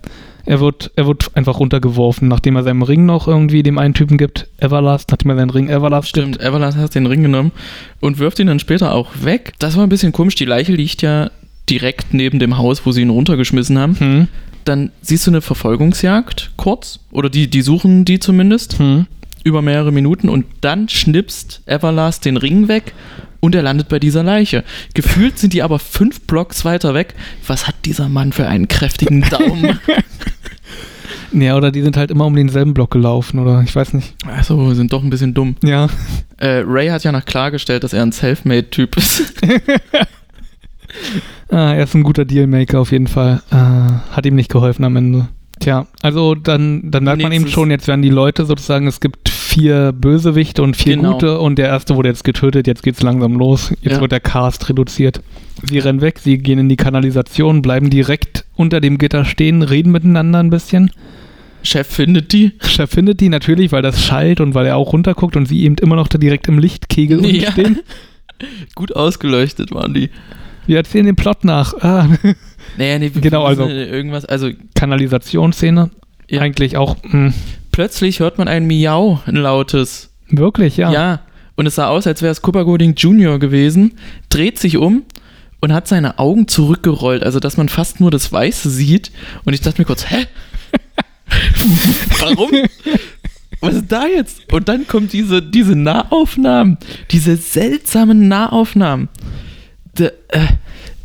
Er wird, er wird einfach runtergeworfen, nachdem er seinem Ring noch irgendwie dem einen Typen gibt, Everlast, nachdem er seinen Ring Everlast
Stimmt, Everlast hat den Ring genommen und wirft ihn dann später auch weg. Das war ein bisschen komisch. Die Leiche liegt ja direkt neben dem Haus, wo sie ihn runtergeschmissen haben.
gibt. Hm,
Dann siehst du eine Verfolgungsjagd kurz, oder die, die suchen die zumindest,
hm.
über mehrere Minuten und dann schnippst Everlast den Ring weg und er landet bei dieser Leiche. Gefühlt sind die aber fünf Blocks weiter weg. Was hat dieser Mann für einen kräftigen Daumen?
Ja, oder die sind halt immer um denselben Block gelaufen, oder ich weiß nicht.
Also, wir sind doch ein bisschen dumm.
Ja.
Äh, Ray hat ja nach klargestellt, dass er ein Selfmade-Typ ist.
Ah, er ist ein guter Dealmaker auf jeden Fall. Ah, hat ihm nicht geholfen am Ende. Tja, also dann, dann merkt man eben
Nächstes.
schon, jetzt werden die Leute sozusagen, es gibt vier Bösewichte und vier
Genau.
gute und der erste wurde jetzt getötet, jetzt geht's langsam los. Jetzt
Ja.
wird der Cast reduziert. Sie rennen weg, sie gehen in die Kanalisation, bleiben direkt unter dem Gitter stehen, reden miteinander ein bisschen.
Chef findet die.
Chef findet die natürlich, weil das schallt und weil er auch runterguckt und sie eben immer noch da direkt im Lichtkegel unten
Ja.
stehen.
Gut ausgeleuchtet waren die.
Wir erzählen den Plot nach. Ah,
Naja, nee, wir
Genau,
wissen,
also-
äh, Irgendwas, also
Kanalisationsszene.
Ja.
Eigentlich auch, hm, mh,
plötzlich hört man ein Miau, ein lautes.
wirklich,
Ja. und es sah aus, als wäre es Cooper Gooding Jr. gewesen, dreht sich um und hat seine Augen zurückgerollt, also dass man fast nur das Weiße sieht. Und ich dachte mir kurz, hä? Warum? Was ist da jetzt? Und dann kommt diese, diese Nahaufnahmen, diese seltsamen Nahaufnahmen. Da, äh,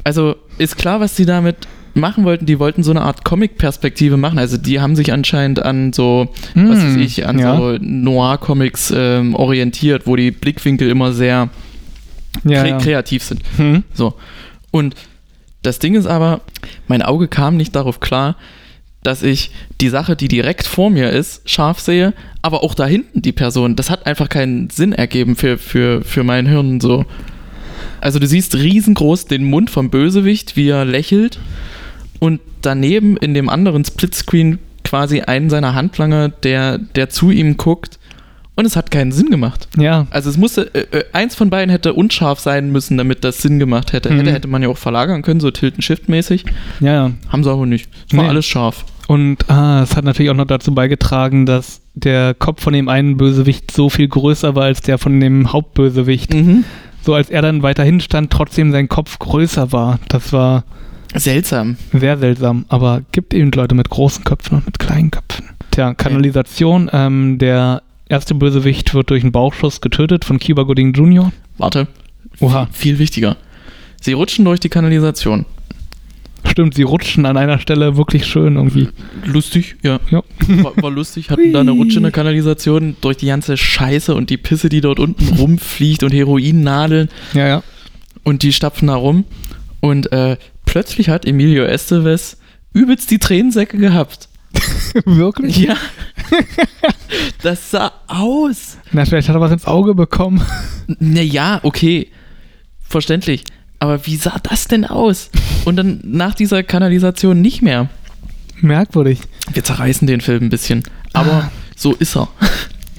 also ist klar, was die damit machen wollten. Die wollten so eine Art Comic-Perspektive machen. Also die haben sich anscheinend an so,
Hm,
was weiß ich, an
ja.
so Noir-Comics ähm, orientiert, wo die Blickwinkel immer sehr kre
Ja, ja.
kreativ sind.
Hm?
So. Und das Ding ist aber, mein Auge kam nicht darauf klar, dass ich die Sache, die direkt vor mir ist, scharf sehe, aber auch da hinten die Person. Das hat einfach keinen Sinn ergeben für, für, für mein Hirn so. Also du siehst riesengroß den Mund vom Bösewicht, wie er lächelt und daneben in dem anderen Splitscreen quasi einen seiner Handlanger, der, der zu ihm guckt und es hat keinen Sinn gemacht.
ja.
Also es musste, äh, äh, eins von beiden hätte unscharf sein müssen, damit das Sinn gemacht hätte.
Mhm.
Hätte, hätte man ja auch verlagern können, so Tilt-and-Shift-mäßig.
ja.
Haben sie aber nicht. Es war
Nee.
alles scharf.
Und ah, es hat natürlich auch noch dazu beigetragen, dass der Kopf von dem einen Bösewicht so viel größer war als der von dem Hauptbösewicht. So als er dann weiterhin stand, trotzdem sein Kopf größer war. Das war
Seltsam.
sehr seltsam. Aber gibt eben Leute mit großen Köpfen und mit kleinen Köpfen. Tja, Kanalisation. Ähm, der erste Bösewicht wird durch einen Bauchschuss getötet von Cuba Gooding Jr.
Warte,
Oha,
viel wichtiger. Sie rutschen durch die Kanalisation.
stimmt, sie rutschen an einer Stelle wirklich schön irgendwie.
Lustig, ja.
Ja.
War, war lustig, hatten da eine
Hui.
Rutsche in der Kanalisation durch die ganze Scheiße und die Pisse, die dort unten rumfliegt und Heroinnadeln
Ja, ja.
und die stapfen da rum. Und äh, plötzlich hat Emilio Estevez übelst die Tränensäcke gehabt.
wirklich?
Ja. das sah aus.
Na, vielleicht hat er was ins Auge bekommen.
Naja, okay. Verständlich. Aber wie sah das denn aus? Und dann nach dieser Kanalisation nicht mehr.
Merkwürdig.
Wir zerreißen den Film ein bisschen. Aber
Ah.
so ist er.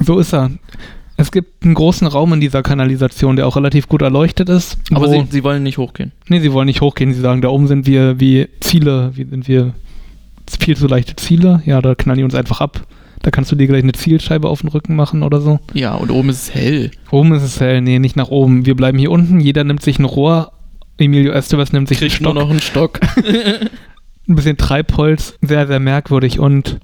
So ist er. Es gibt einen großen Raum in dieser Kanalisation, der auch relativ gut erleuchtet ist.
Aber
wo,
sie, sie wollen nicht hochgehen.
nee, sie wollen nicht hochgehen. Sie sagen, da oben sind wir wie Ziele, wie sind wir viel zu leichte Ziele. Ja, da knallen die uns einfach ab. Da kannst du dir gleich eine Zielscheibe auf den Rücken machen oder so.
Ja, und oben ist es hell.
Oben ist es hell. Nee, nicht nach oben. Wir bleiben hier unten. Jeder nimmt sich ein Rohr. Emilio Estevez nimmt sich einen
Kriegt nur
Stock,
noch einen Stock.
ein bisschen Treibholz. Sehr, sehr merkwürdig. Und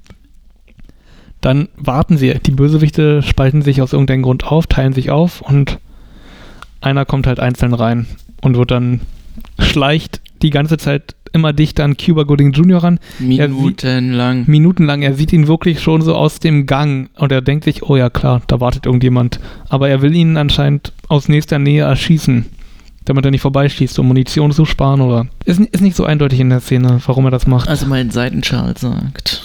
dann warten sie. Die Bösewichte spalten sich aus irgendeinem Grund auf, teilen sich auf und einer kommt halt einzeln rein und wird dann schleicht die ganze Zeit immer dichter an Cuba Gooding Jr. ran.
Minutenlang.
Minutenlang. Er sieht ihn wirklich schon so aus dem Gang und er denkt sich, oh ja klar, da wartet irgendjemand. Aber er will ihn anscheinend aus nächster Nähe erschießen, damit er nicht vorbeischießt, um Munition zu sparen oder. Ist, n- ist nicht so eindeutig in der Szene, warum er das macht.
Also mein Seitenschal sagt,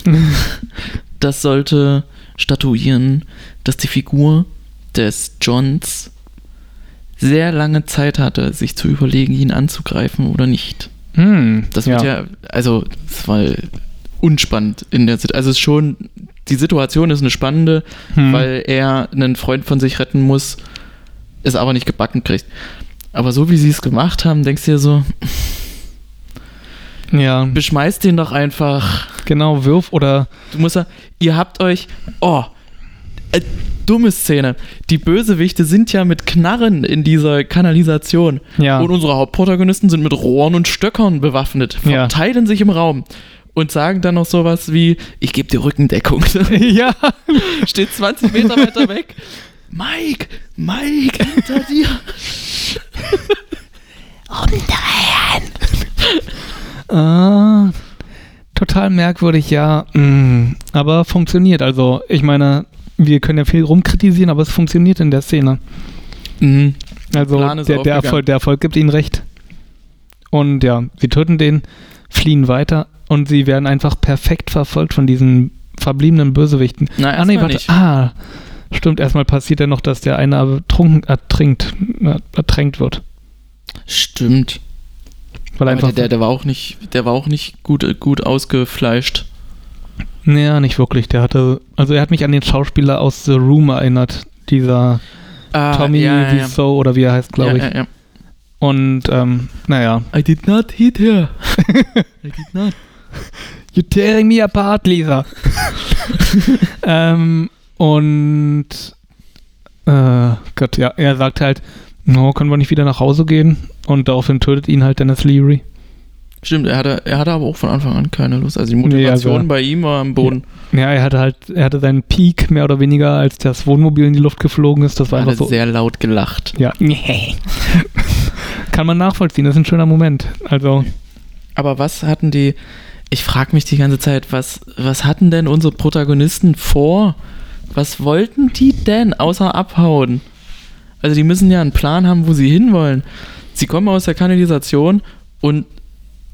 das sollte statuieren, dass die Figur des Johns sehr lange Zeit hatte, sich zu überlegen, ihn anzugreifen oder nicht.
Hm,
Das wird ja, also es war unspannend in der Situation. Also es ist schon, die Situation ist eine spannende,
Hm.
weil er einen Freund von sich retten muss, es aber nicht gebacken kriegt. Aber so wie sie es gemacht haben, denkst du dir so,
ja,
beschmeißt den doch einfach.
genau, wirf oder
Du musst sagen, ihr habt euch. Oh, äh, dumme Szene. Die Bösewichte sind ja mit Knarren in dieser Kanalisation.
ja.
Und unsere Hauptprotagonisten sind mit Rohren und Stöckern bewaffnet,
Ja.
verteilen sich im Raum und sagen dann noch sowas wie: Ich gebe dir Rückendeckung.
ja,
Steht 20 Meter weiter weg. Mike, Mike, hinter dir.
Ah, total merkwürdig, ja. Mm, aber funktioniert. Also, ich meine, wir können ja viel rumkritisieren, aber es funktioniert in der Szene.
Mhm.
Also,
Plan ist
der, der,
aufgegangen.
Erfolg, der Erfolg gibt ihnen recht. Und ja, sie töten den, fliehen weiter und sie werden einfach perfekt verfolgt von diesen verbliebenen Bösewichten.
Na,
Ah, nee,
erstmal
warte.
nicht.
Ah, stimmt. Erstmal passiert ja noch, dass der eine ertrunken, ertrinkt, er- ertränkt wird.
Stimmt.
Weil
Aber
einfach.
der, der war auch nicht, der war auch nicht gut, äh, gut ausgefleischt.
Naja, nicht wirklich. Der hatte, also er hat mich an den Schauspieler aus The Room erinnert. Dieser
Ah,
Tommy
ja, ja, ja.
Wiseau oder wie er heißt,
ja,
glaube ich.
Ja, ja.
Und ähm, naja.
I did not hit her. I did not.
You're tearing me apart, Lisa. ähm, und Äh, Gott, ja, er sagt halt, no, können wir nicht wieder nach Hause gehen? Und daraufhin tötet ihn halt Dennis Leary.
Stimmt, er hatte, er hatte aber auch von Anfang an keine Lust. Also die Motivation
Nee, also-
bei ihm war am Boden.
Ja, er hatte halt, er hatte seinen Peak mehr oder weniger, als das Wohnmobil in die Luft geflogen ist. Das war
Er
einfach
hat
so.
sehr laut gelacht.
Ja. Kann man nachvollziehen, das ist ein schöner Moment. Also,
Aber was hatten die, ich frage mich die ganze Zeit, was, was hatten denn unsere Protagonisten vor? Was wollten die denn außer abhauen? Also die müssen ja einen Plan haben, wo sie hinwollen. Sie kommen aus der Kanalisation und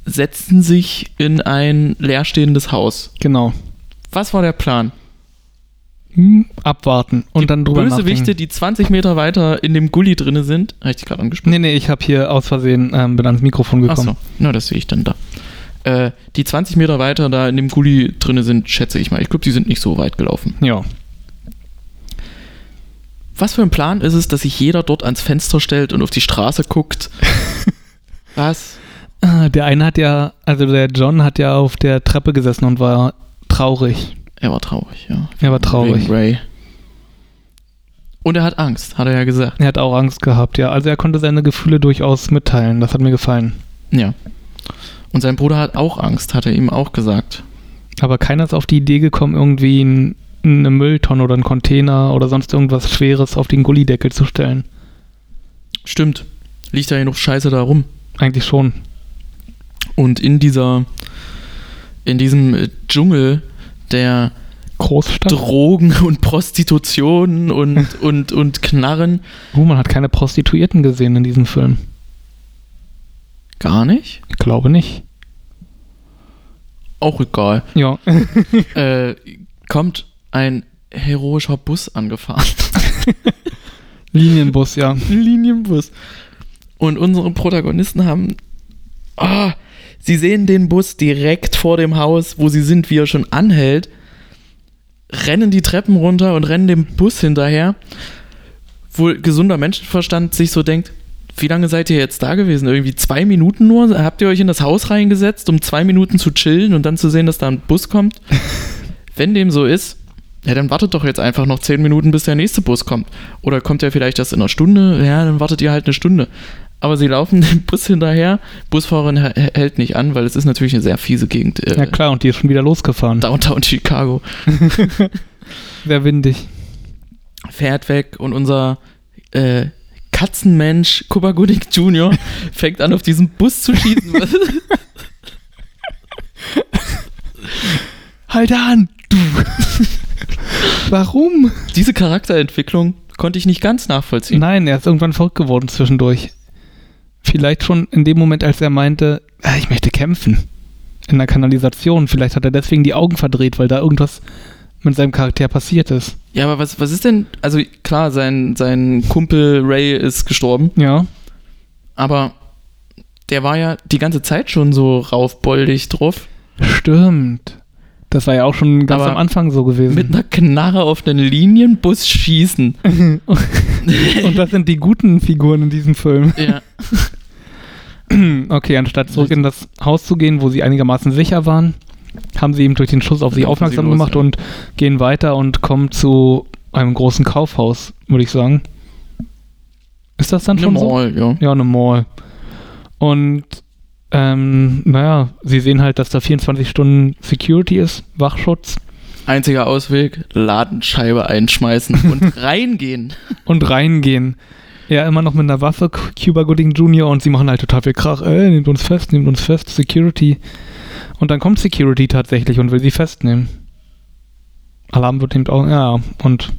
setzen sich in ein leerstehendes Haus.
genau.
Was war der Plan?
Hm, Abwarten und
die
dann drüber
Bösewichte,
nachdenken.
die 20 Meter weiter in dem Gully drinne sind, habe ich dich gerade angesprochen.
Nee, nee, ich habe hier aus Versehen, ähm, bin ans Mikrofon gekommen.
Achso, na, das sehe ich dann da. Äh, die 20 Meter weiter da in dem Gully drinne sind, schätze ich mal. Ich glaube, die sind nicht so weit gelaufen.
Ja.
Was für ein Plan ist es, dass sich jeder dort ans Fenster stellt und auf die Straße guckt? Was?
Ah, Der eine hat ja, also der John hat ja auf der Treppe gesessen und war traurig.
Er war traurig, ja.
Er war
Wegen
traurig.
Ray. Und er hat Angst, hat er ja gesagt.
Er hat auch Angst gehabt, ja. Also er konnte seine Gefühle durchaus mitteilen. Das hat mir gefallen.
Ja. Und sein Bruder hat auch Angst, hat er ihm auch gesagt.
Aber keiner ist auf die Idee gekommen, irgendwie ein, eine Mülltonne oder einen Container oder sonst irgendwas Schweres auf den Gullideckel zu stellen.
Stimmt. Liegt da genug Scheiße da rum.
Eigentlich schon.
Und in dieser, in diesem äh, Dschungel der
Großstadt?
Drogen und Prostitution und, und, und Knarren.
Oh, man hat keine Prostituierten gesehen in diesem Film.
Gar nicht?
Ich glaube nicht.
Auch egal.
Ja.
äh, kommt ein heroischer Bus angefahren.
Linienbus, ja.
Ein Linienbus. Und unsere Protagonisten haben. Ah, sie sehen den Bus direkt vor dem Haus, wo sie sind, wie er schon anhält. Rennen die Treppen runter und rennen dem Bus hinterher. Wo gesunder Menschenverstand sich so denkt: Wie lange seid ihr jetzt da gewesen? Irgendwie zwei Minuten nur? Habt ihr euch in das Haus reingesetzt, um zwei Minuten zu chillen und dann zu sehen, dass da ein Bus kommt? Wenn dem so ist, ja, dann wartet doch jetzt einfach noch zehn Minuten, bis der nächste Bus kommt. Oder kommt der vielleicht erst in einer Stunde? Ja, dann wartet ihr halt eine Stunde. Aber sie laufen dem Bus hinterher. Busfahrerin h- hält nicht an, weil es ist natürlich eine sehr fiese Gegend. Äh,
Ja klar, und die ist schon wieder losgefahren.
Downtown Chicago.
Sehr windig.
Fährt weg und unser äh, Katzenmensch Cuba Gooding Jr. fängt an, auf diesen Bus zu schießen.
Halt an! Du! Warum?
Diese Charakterentwicklung konnte ich nicht ganz nachvollziehen.
Nein, er ist irgendwann verrückt geworden zwischendurch. Vielleicht schon in dem Moment, als er meinte, "Ah, ich möchte kämpfen. In der Kanalisation. Vielleicht hat er deswegen die Augen verdreht, weil da irgendwas mit seinem Charakter passiert ist.
Ja, aber was, was ist denn? Also klar, sein, sein Kumpel Ray ist gestorben.
Ja.
Aber der war ja die ganze Zeit schon so raufboldig drauf.
Stimmt. Das war ja auch schon ganz
Aber
am Anfang so gewesen.
Mit einer Knarre auf einen Linienbus schießen.
Und das sind die guten Figuren in diesem Film.
Ja.
Okay, anstatt zurück in das Haus zu gehen, wo sie einigermaßen sicher waren, haben sie eben durch den Schuss auf sich
Laufen
aufmerksam
sie los,
gemacht
ja.
und gehen weiter und kommen zu einem großen Kaufhaus, würde ich sagen. Ist das dann
Eine
schon so?
Mall, ja.
Ja, eine Mall. Und ähm, naja, sie sehen halt, dass da 24 Stunden Security ist, Wachschutz
Einziger Ausweg, Ladenscheibe einschmeißen und reingehen.
und reingehen. Ja, immer noch mit einer Waffe, Cuba Gooding Jr. und sie machen halt total viel Krach. Ey, nehmt uns fest, nehmt uns fest, Security. Und dann kommt Security tatsächlich und will sie festnehmen. Alarm wird eben auch, ja, und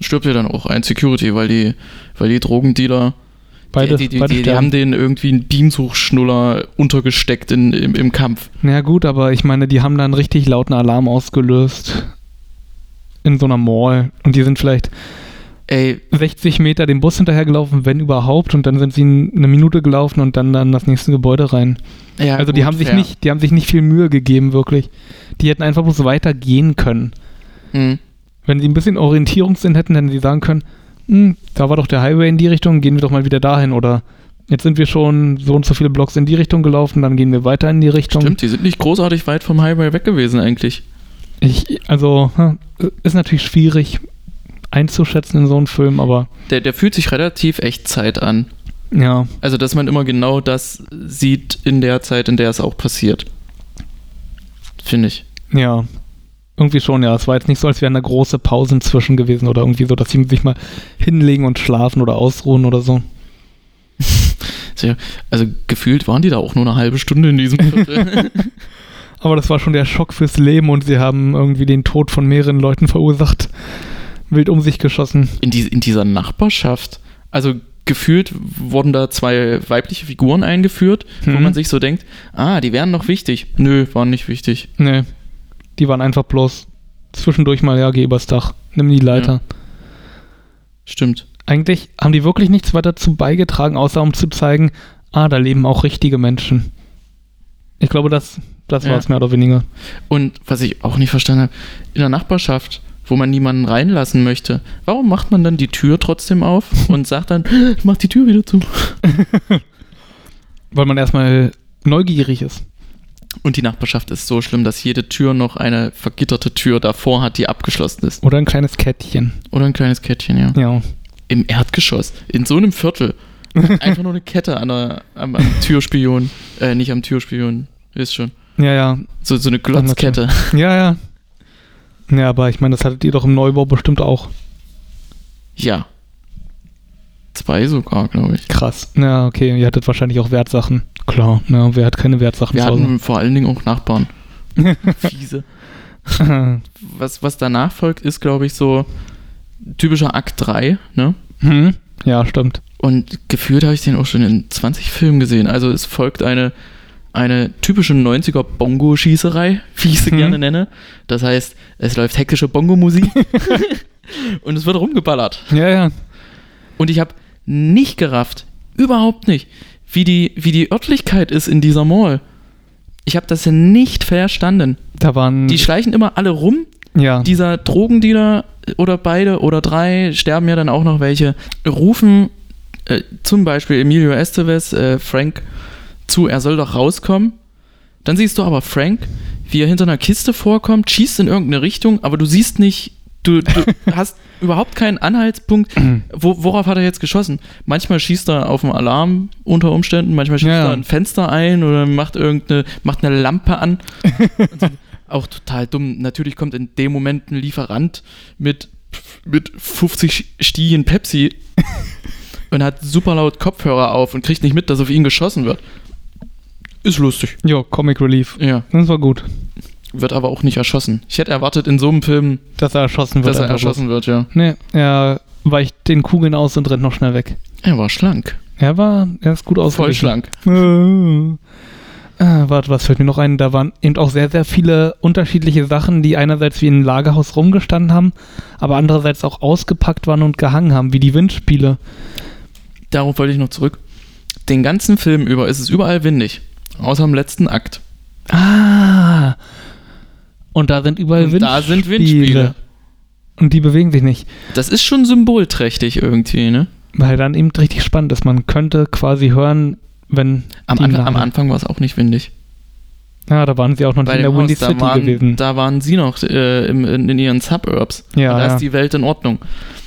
Stirbt ja dann auch ein Security, weil die, weil die Drogendealer,
beide,
die, die,
beide
die, die
sterben.
haben den irgendwie einen Beamsuchschnuller untergesteckt in, im, im Kampf.
Ja gut, aber ich meine, die haben dann richtig lauten Alarm ausgelöst. In so einer Mall. Und die sind vielleicht
Ey,
60 Meter dem Bus hinterhergelaufen, wenn überhaupt. Und dann sind sie eine Minute gelaufen und dann dann das nächste Gebäude rein.
ja,
Also
gut,
die haben sich
fair.
nicht, die haben sich nicht viel Mühe gegeben, wirklich. Die hätten einfach bloß weitergehen können.
Mhm.
Wenn sie ein bisschen Orientierungssinn hätten, hätten sie sagen können, "Hm, da war doch der Highway in die Richtung, gehen wir doch mal wieder dahin oder jetzt sind wir schon so und so viele Blocks in die Richtung gelaufen, dann gehen wir weiter in die Richtung.
Stimmt, die sind nicht großartig weit vom Highway weg gewesen eigentlich.
Ich, also hm, ist natürlich schwierig, einzuschätzen in so einem Film, aber
Der, der fühlt sich relativ echt Zeit an.
ja,
Also, dass man immer genau das sieht in der Zeit, in der es auch passiert. Finde ich.
ja. Irgendwie schon, ja. Es war jetzt nicht so, als wären da große Pausen zwischen gewesen oder irgendwie so, dass sie sich mal hinlegen und schlafen oder ausruhen oder so.
Sehr, also, gefühlt waren die da auch nur eine halbe Stunde in diesem Viertel.
Aber das war schon der Schock fürs Leben und sie haben irgendwie den Tod von mehreren Leuten verursacht. Wild um sich geschossen.
in, die, in dieser Nachbarschaft. Also, gefühlt wurden da zwei weibliche Figuren eingeführt, wo
Mhm.
man sich so denkt: Ah, die wären noch wichtig. Nö, waren nicht wichtig.
Nee. Die waren einfach bloß zwischendurch mal, ja, geh übers Dach. Nimm die Leiter.
Stimmt.
Eigentlich haben die wirklich nichts weiter dazu beigetragen, außer um zu zeigen, ah, da leben auch richtige Menschen. Ich glaube, das, das
Ja.
war es mehr oder weniger.
Und was ich auch nicht verstanden habe, in der Nachbarschaft, wo man niemanden reinlassen möchte, warum macht man dann die Tür trotzdem auf und sagt dann, ich mach die Tür wieder zu?
Weil man erstmal neugierig ist.
Und die Nachbarschaft ist so schlimm, dass jede Tür noch eine vergitterte Tür davor hat, die abgeschlossen ist.
Oder ein kleines Kettchen.
Oder ein kleines Kettchen, ja.
Ja.
Im Erdgeschoss, in so einem Viertel. Einfach nur eine Kette an der, am, am Türspion. Äh, nicht am Türspion, ist schon.
Ja, ja.
So, so eine Glotzkette.
Ja, ja. Ja, aber ich meine, das hattet ihr doch im Neubau bestimmt auch.
Ja. Zwei sogar, glaube ich.
Krass. Ja, okay. Ihr hattet wahrscheinlich auch Wertsachen. Klar. Na, wer hat keine Wertsachen
Wir
zu Hause?
hatten vor allen Dingen auch Nachbarn. Fiese. was, was danach folgt, ist, glaube ich, so typischer Akt 3, ne?
hm? Ja, stimmt.
Und gefühlt habe ich den auch schon in 20 Filmen gesehen. Also es folgt eine, eine typische 90er Bongo-Schießerei, wie ich sie
Mhm.
gerne nenne. Das heißt, es läuft hektische Bongo-Musik und es wird rumgeballert.
Ja, ja.
Und ich habe nicht gerafft, überhaupt nicht, wie die, wie die Örtlichkeit ist in dieser Mall. Ich habe das nicht verstanden.
Da waren.
Die schleichen immer alle rum,
ja.
dieser Drogendealer oder beide oder drei sterben ja dann auch noch welche, rufen äh, zum Beispiel Emilio Estevez, äh, Frank, zu, er soll doch rauskommen. Dann siehst du aber Frank, wie er hinter einer Kiste vorkommt, schießt in irgendeine Richtung, aber du siehst nicht, du, du hast überhaupt keinen Anhaltspunkt, wo, worauf hat er jetzt geschossen. Manchmal schießt er auf einen Alarm unter Umständen, manchmal schießt
Ja, ja.
er ein Fenster ein oder macht irgendeine, macht eine Lampe an. Und so, auch total dumm. Natürlich kommt in dem Moment ein Lieferant mit, mit 50 Stien Pepsi und hat super laut Kopfhörer auf und kriegt nicht mit, dass auf ihn geschossen wird. Ist lustig.
Ja, Comic Relief.
Ja.
Das war gut.
Wird aber auch nicht erschossen. Ich hätte erwartet in so einem Film,
Dass er erschossen wird.
dass er
einfach bloß.
erschossen wird, ja.
Nee, er weicht den Kugeln aus und rennt noch schnell weg.
Er war schlank.
Er war, er ist gut
Voll
ausgewichen.
schlank.
Äh, äh, warte, was fällt mir noch ein? Da waren eben auch sehr, sehr viele unterschiedliche Sachen, die einerseits wie in einem Lagerhaus rumgestanden haben, aber andererseits auch ausgepackt waren und gehangen haben, wie die Windspiele.
Darauf wollte ich noch zurück. Den ganzen Film über ist es überall windig. Außer im letzten Akt.
Ah! Und da sind überall
Und
Windspiele.
da sind Windspiele.
Und die bewegen sich nicht.
Das ist schon symbolträchtig irgendwie, ne?
Weil dann eben richtig spannend ist. Man könnte quasi hören, wenn.
Am, Anfang-
die
am
Namen-
Anfang war es auch nicht windig.
Ja, da waren sie auch noch nicht
bei
in
dem
der Windy
Haus, da
City
waren,
gewesen. Da,
Da waren sie noch äh, im, in, in ihren Suburbs.
Ja,
Und da
ja.
ist die Welt in Ordnung.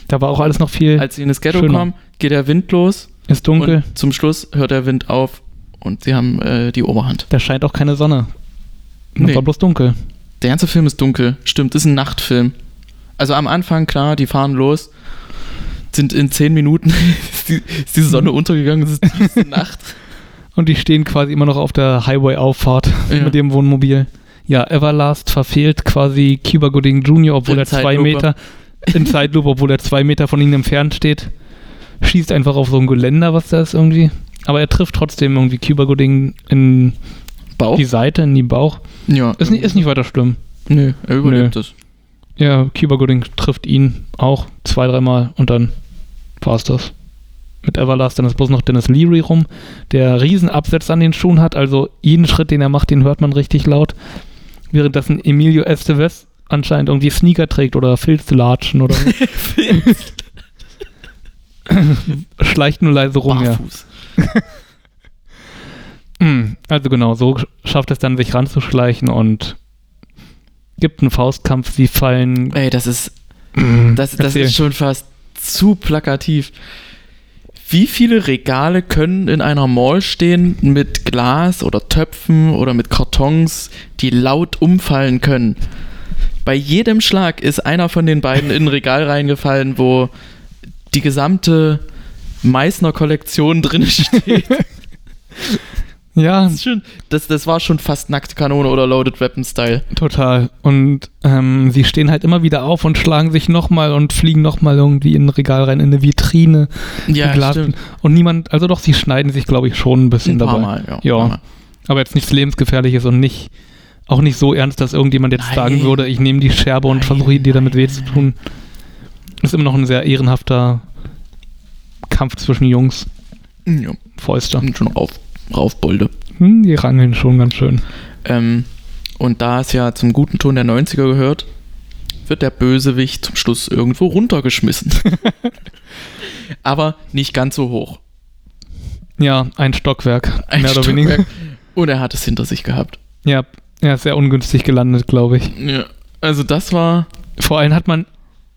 war auch alles noch viel.
Als sie in das Ghetto
Schöner.
kommen, geht der Wind los
ist dunkel.
und zum Schluss hört der Wind auf und sie haben äh, die Oberhand.
da scheint auch keine Sonne. Das
Nee.
war bloß dunkel.
Der ganze Film ist dunkel. Stimmt, ist ein Nachtfilm. Also am Anfang, klar, die fahren los, sind in zehn Minuten, ist, die, ist die
Mhm.
Sonne untergegangen, es ist tiefste Nacht.
Und die stehen quasi immer noch auf der Highway-Auffahrt
Ja.
mit ihrem Wohnmobil. Ja, Everlast verfehlt quasi Cuba Gooding Jr., obwohl
In
er zwei
Zeitlupe.
Meter in Zeitlupe, obwohl er zwei Meter von ihnen entfernt steht. Schießt einfach auf so ein Geländer, was da ist irgendwie. Aber er trifft trotzdem irgendwie Cuba Gooding in
Bauch?
die Seite, in den Bauch.
Ja.
Ist nicht, ist nicht weiter schlimm.
Nö, er überlebt es.
Ja, Cuba Gooding trifft ihn auch zwei, dreimal und dann war's das. Mit Everlast, dann ist bloß noch Dennis Leary rum, der Riesenabsatz an den Schuhen hat, also jeden Schritt, den er macht, den hört man richtig laut. Währenddessen Emilio Estevez anscheinend irgendwie Sneaker trägt oder Filzlatschen oder so. schleicht nur leise rum. Ja.
Barfuß.
Mm, Also genau, so sch- schafft es dann, sich ranzuschleichen und gibt einen Faustkampf, sie fallen
Ey, das ist. Das, das
Mhm. Erzähl.
ist schon fast zu plakativ. Wie viele Regale können in einer Mall stehen mit Glas oder Töpfen oder mit Kartons, die laut umfallen können? Bei jedem Schlag ist einer von den beiden in ein Regal reingefallen, wo die gesamte Meißner Kollektion drin steht.
Ja,
Das, ist schon, das, das war schon fast Nacktkanone oder Loaded Weapon Style.
total. Und ähm, sie stehen halt immer wieder auf und schlagen sich nochmal und fliegen nochmal irgendwie in ein Regal rein, in eine Vitrine.
Ja,
mit Glas.
stimmt.
Und niemand, also doch, sie schneiden sich, glaube ich, schon ein bisschen
Ein paar
dabei.
Mal, ja.
Ja.
Ein paar Mal.
Aber jetzt nichts Lebensgefährliches und nicht auch nicht so ernst, dass irgendjemand jetzt
Nein.
sagen würde, ich nehme die Scherbe und
Nein,
versuche dir damit
nein,
weh zu tun. Ist immer noch ein sehr ehrenhafter Kampf zwischen Jungs,
Ja,
Fäuster.
schon rauf, raufbolde.
Hm, die rangeln schon ganz schön.
Ähm, und da es ja zum guten Ton der 90er gehört, wird der Bösewicht zum Schluss irgendwo runtergeschmissen. Aber nicht ganz so hoch.
Ja, ein Stockwerk,
Ein
mehr
Stockwerk.
oder weniger.
Und er hat es hinter sich gehabt.
Ja, er ist sehr ungünstig gelandet, glaube ich.
Ja. Also das war.
Vor allem hat man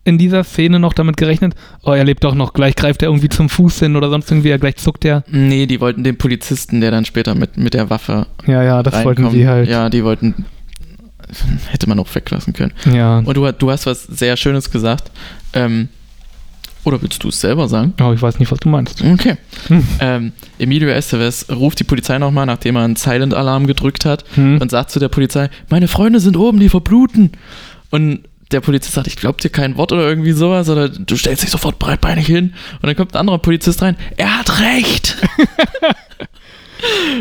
in dieser Szene noch damit gerechnet, oh, er lebt doch noch, gleich greift er irgendwie zum Fuß hin oder sonst irgendwie, ja, gleich zuckt er.
Nee, die wollten den Polizisten, der dann später mit, mit der Waffe
Ja, ja, das wollten
reinkommt.
sie halt.
Ja, die wollten. Hätte man auch weglassen können.
ja.
Und du, du hast was sehr Schönes gesagt. Ähm, oder willst du es selber sagen?
Oh, ich weiß nicht, was du meinst.
Okay.
Hm.
Ähm, Emilio Estevez ruft die Polizei nochmal, nachdem er einen Silent-Alarm gedrückt hat
Hm.
und sagt zu der Polizei, meine Freunde sind oben, die verbluten. Und der Polizist sagt, ich glaub dir kein Wort oder irgendwie sowas, oder du stellst dich sofort breitbeinig hin. Und dann kommt ein anderer Polizist rein, er hat recht.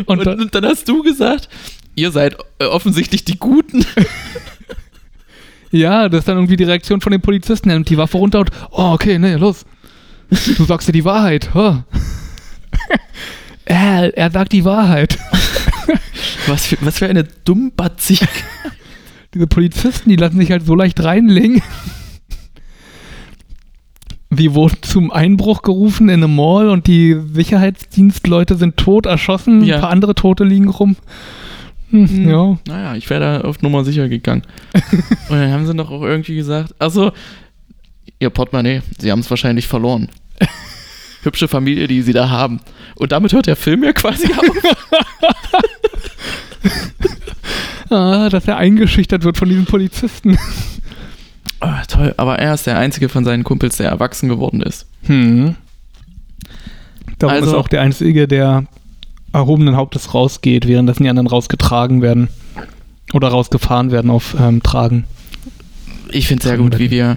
Und
Und,
da-
und dann hast du gesagt, ihr seid äh, offensichtlich die Guten.
Ja, das ist dann irgendwie die Reaktion von den Polizisten. Er nimmt die Waffe runter und, oh, okay, nee, los. Du sagst dir die Wahrheit. Huh. er, er sagt die Wahrheit.
Was für, was für eine dummbatzige.
Diese Polizisten, die lassen sich halt so leicht reinlegen. Wir wurden zum Einbruch gerufen in eine Mall und die Sicherheitsdienstleute sind tot erschossen.
Ja.
Ein paar andere Tote liegen rum. Hm, Ja.
Naja, ich wäre da auf Nummer sicher gegangen. Und dann haben sie doch auch irgendwie gesagt, also ihr Portemonnaie, sie haben es wahrscheinlich verloren. Hübsche Familie, die sie da haben. Und damit hört der Film ja quasi auf.
Ah, dass er eingeschüchtert wird von diesen Polizisten.
Ah, toll, aber er ist der einzige von seinen Kumpels, der erwachsen geworden ist.
Hm. Darum
Also-
ist auch der Einzige, der erhobenen Hauptes rausgeht, währenddessen die anderen rausgetragen werden. Oder rausgefahren werden auf ähm, Tragen.
Ich finde sehr gut, wie wir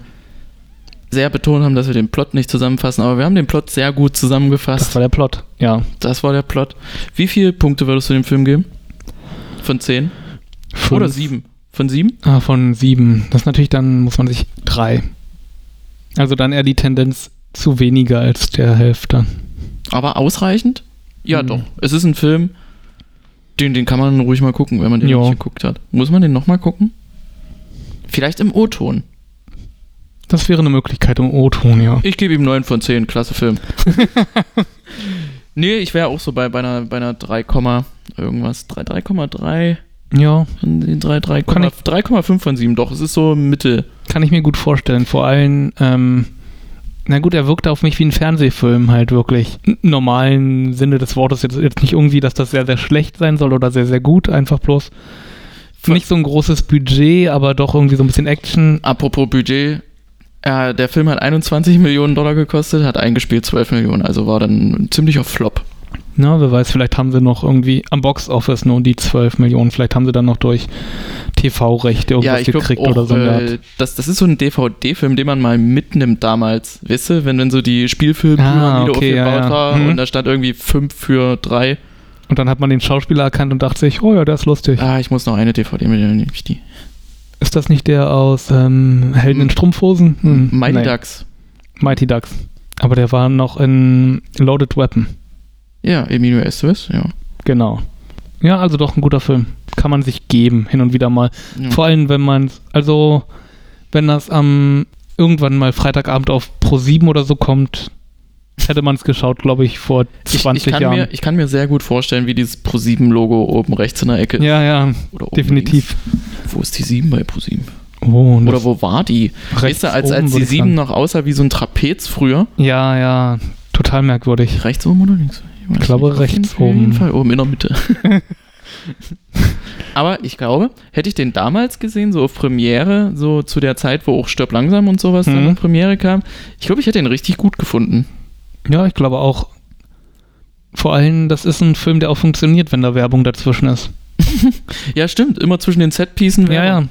sehr betont haben, dass wir den Plot nicht zusammenfassen, aber wir haben den Plot sehr gut
Das
zusammengefasst.
war der Plot. Ja.
Das war der Plot. Wie viele Punkte würdest du dem Film geben? Von 10? Oder
Fünf.
7? Von 7?
Ah, von sieben. Das ist natürlich dann, muss man sich drei. Also dann eher die Tendenz zu weniger als der Hälfte.
Aber ausreichend? Ja,
Hm.
doch. Es ist ein Film, den, den kann man ruhig mal gucken, wenn man den
Ja.
nicht geguckt hat. Muss man den nochmal gucken? Vielleicht im O-Ton.
Das wäre eine Möglichkeit im O-Ton, ja.
Ich gebe ihm 9 von 10, klasse Film. nee, ich wäre auch so bei, bei, einer, bei einer 3, Komma irgendwas. 3, 3,3
Ja,
von den 3, 3,
Kann ich-
3,5 von 7. Doch, es ist so Mitte.
Kann ich mir gut vorstellen. Vor allem, ähm, na gut, er wirkte auf mich wie ein Fernsehfilm halt wirklich. Im normalen Sinne des Wortes jetzt, jetzt nicht irgendwie, dass das sehr, sehr schlecht sein soll oder sehr, sehr gut. Einfach bloß
Ver-
nicht so ein großes Budget, aber doch irgendwie so ein bisschen Action.
Apropos Budget. Äh, der Film hat 21 Millionen Dollar gekostet, hat eingespielt 12 Millionen, also war dann ein ziemlicher Flop.
Na, Ne, wer weiß, vielleicht haben sie noch irgendwie am Box Office nur die 12 Millionen. Vielleicht haben sie dann noch durch TV-Rechte irgendwas
Ja, ich glaube
gekriegt oder so. in der Art.
äh, das, das ist so ein DVD-Film, den man mal mitnimmt damals. Weißt du, wenn, wenn so die Spielfilmpyramide
Ah, okay, ja,
aufgebaut
ja.
war
Mhm.
und da stand irgendwie 5 für 3.
Und dann hat man den Schauspieler erkannt und dachte sich, oh ja, der ist lustig.
Ah, ich muss noch eine DVD mitnehmen, nehme ich die.
Ist das nicht der aus ähm, Helden in Strumpfhosen? Hm,
Mighty
nee.
Ducks.
Mighty Ducks. Aber der war noch in Loaded Weapon.
Ja, Emilio Estevez, ja.
Genau. Ja, also doch ein guter Film. Kann man sich geben, hin und wieder mal.
ja.
Vor allem, wenn man, also, wenn das am irgendwann mal Freitagabend auf Pro7 oder so kommt, hätte man es geschaut, glaube ich, vor
ich,
20
ich, kann
Jahren.
mir, ich kann mir sehr gut vorstellen, wie dieses ProSieben 7 logo oben rechts in der Ecke
ja, ja,
oder oben
definitiv.
Links. Wo ist die 7 bei ProSieben? 7?
Oh, und
Oder wo war die?
das
Weißt du, als,
oben,
als
würd
die
ich
7
sagen.
noch aussah wie so ein Trapez früher.
Ja, ja, total merkwürdig.
Rechts oben oder links? weiß
Ich glaube,
nicht. Auf jeden-
rechts
auf jeden
oben.
Fall oben in der Mitte. Aber ich glaube, hätte ich den damals gesehen, so auf Premiere, so zu der Zeit, wo auch Stirb langsam und sowas dann
Mhm.
auf Premiere kam, ich glaube, ich hätte ihn richtig gut gefunden.
Ja, ich glaube auch. Vor allem, das ist ein Film, der auch funktioniert, wenn da Werbung dazwischen ist.
Ja, stimmt, immer zwischen den Setpiecen.
Ja, ja.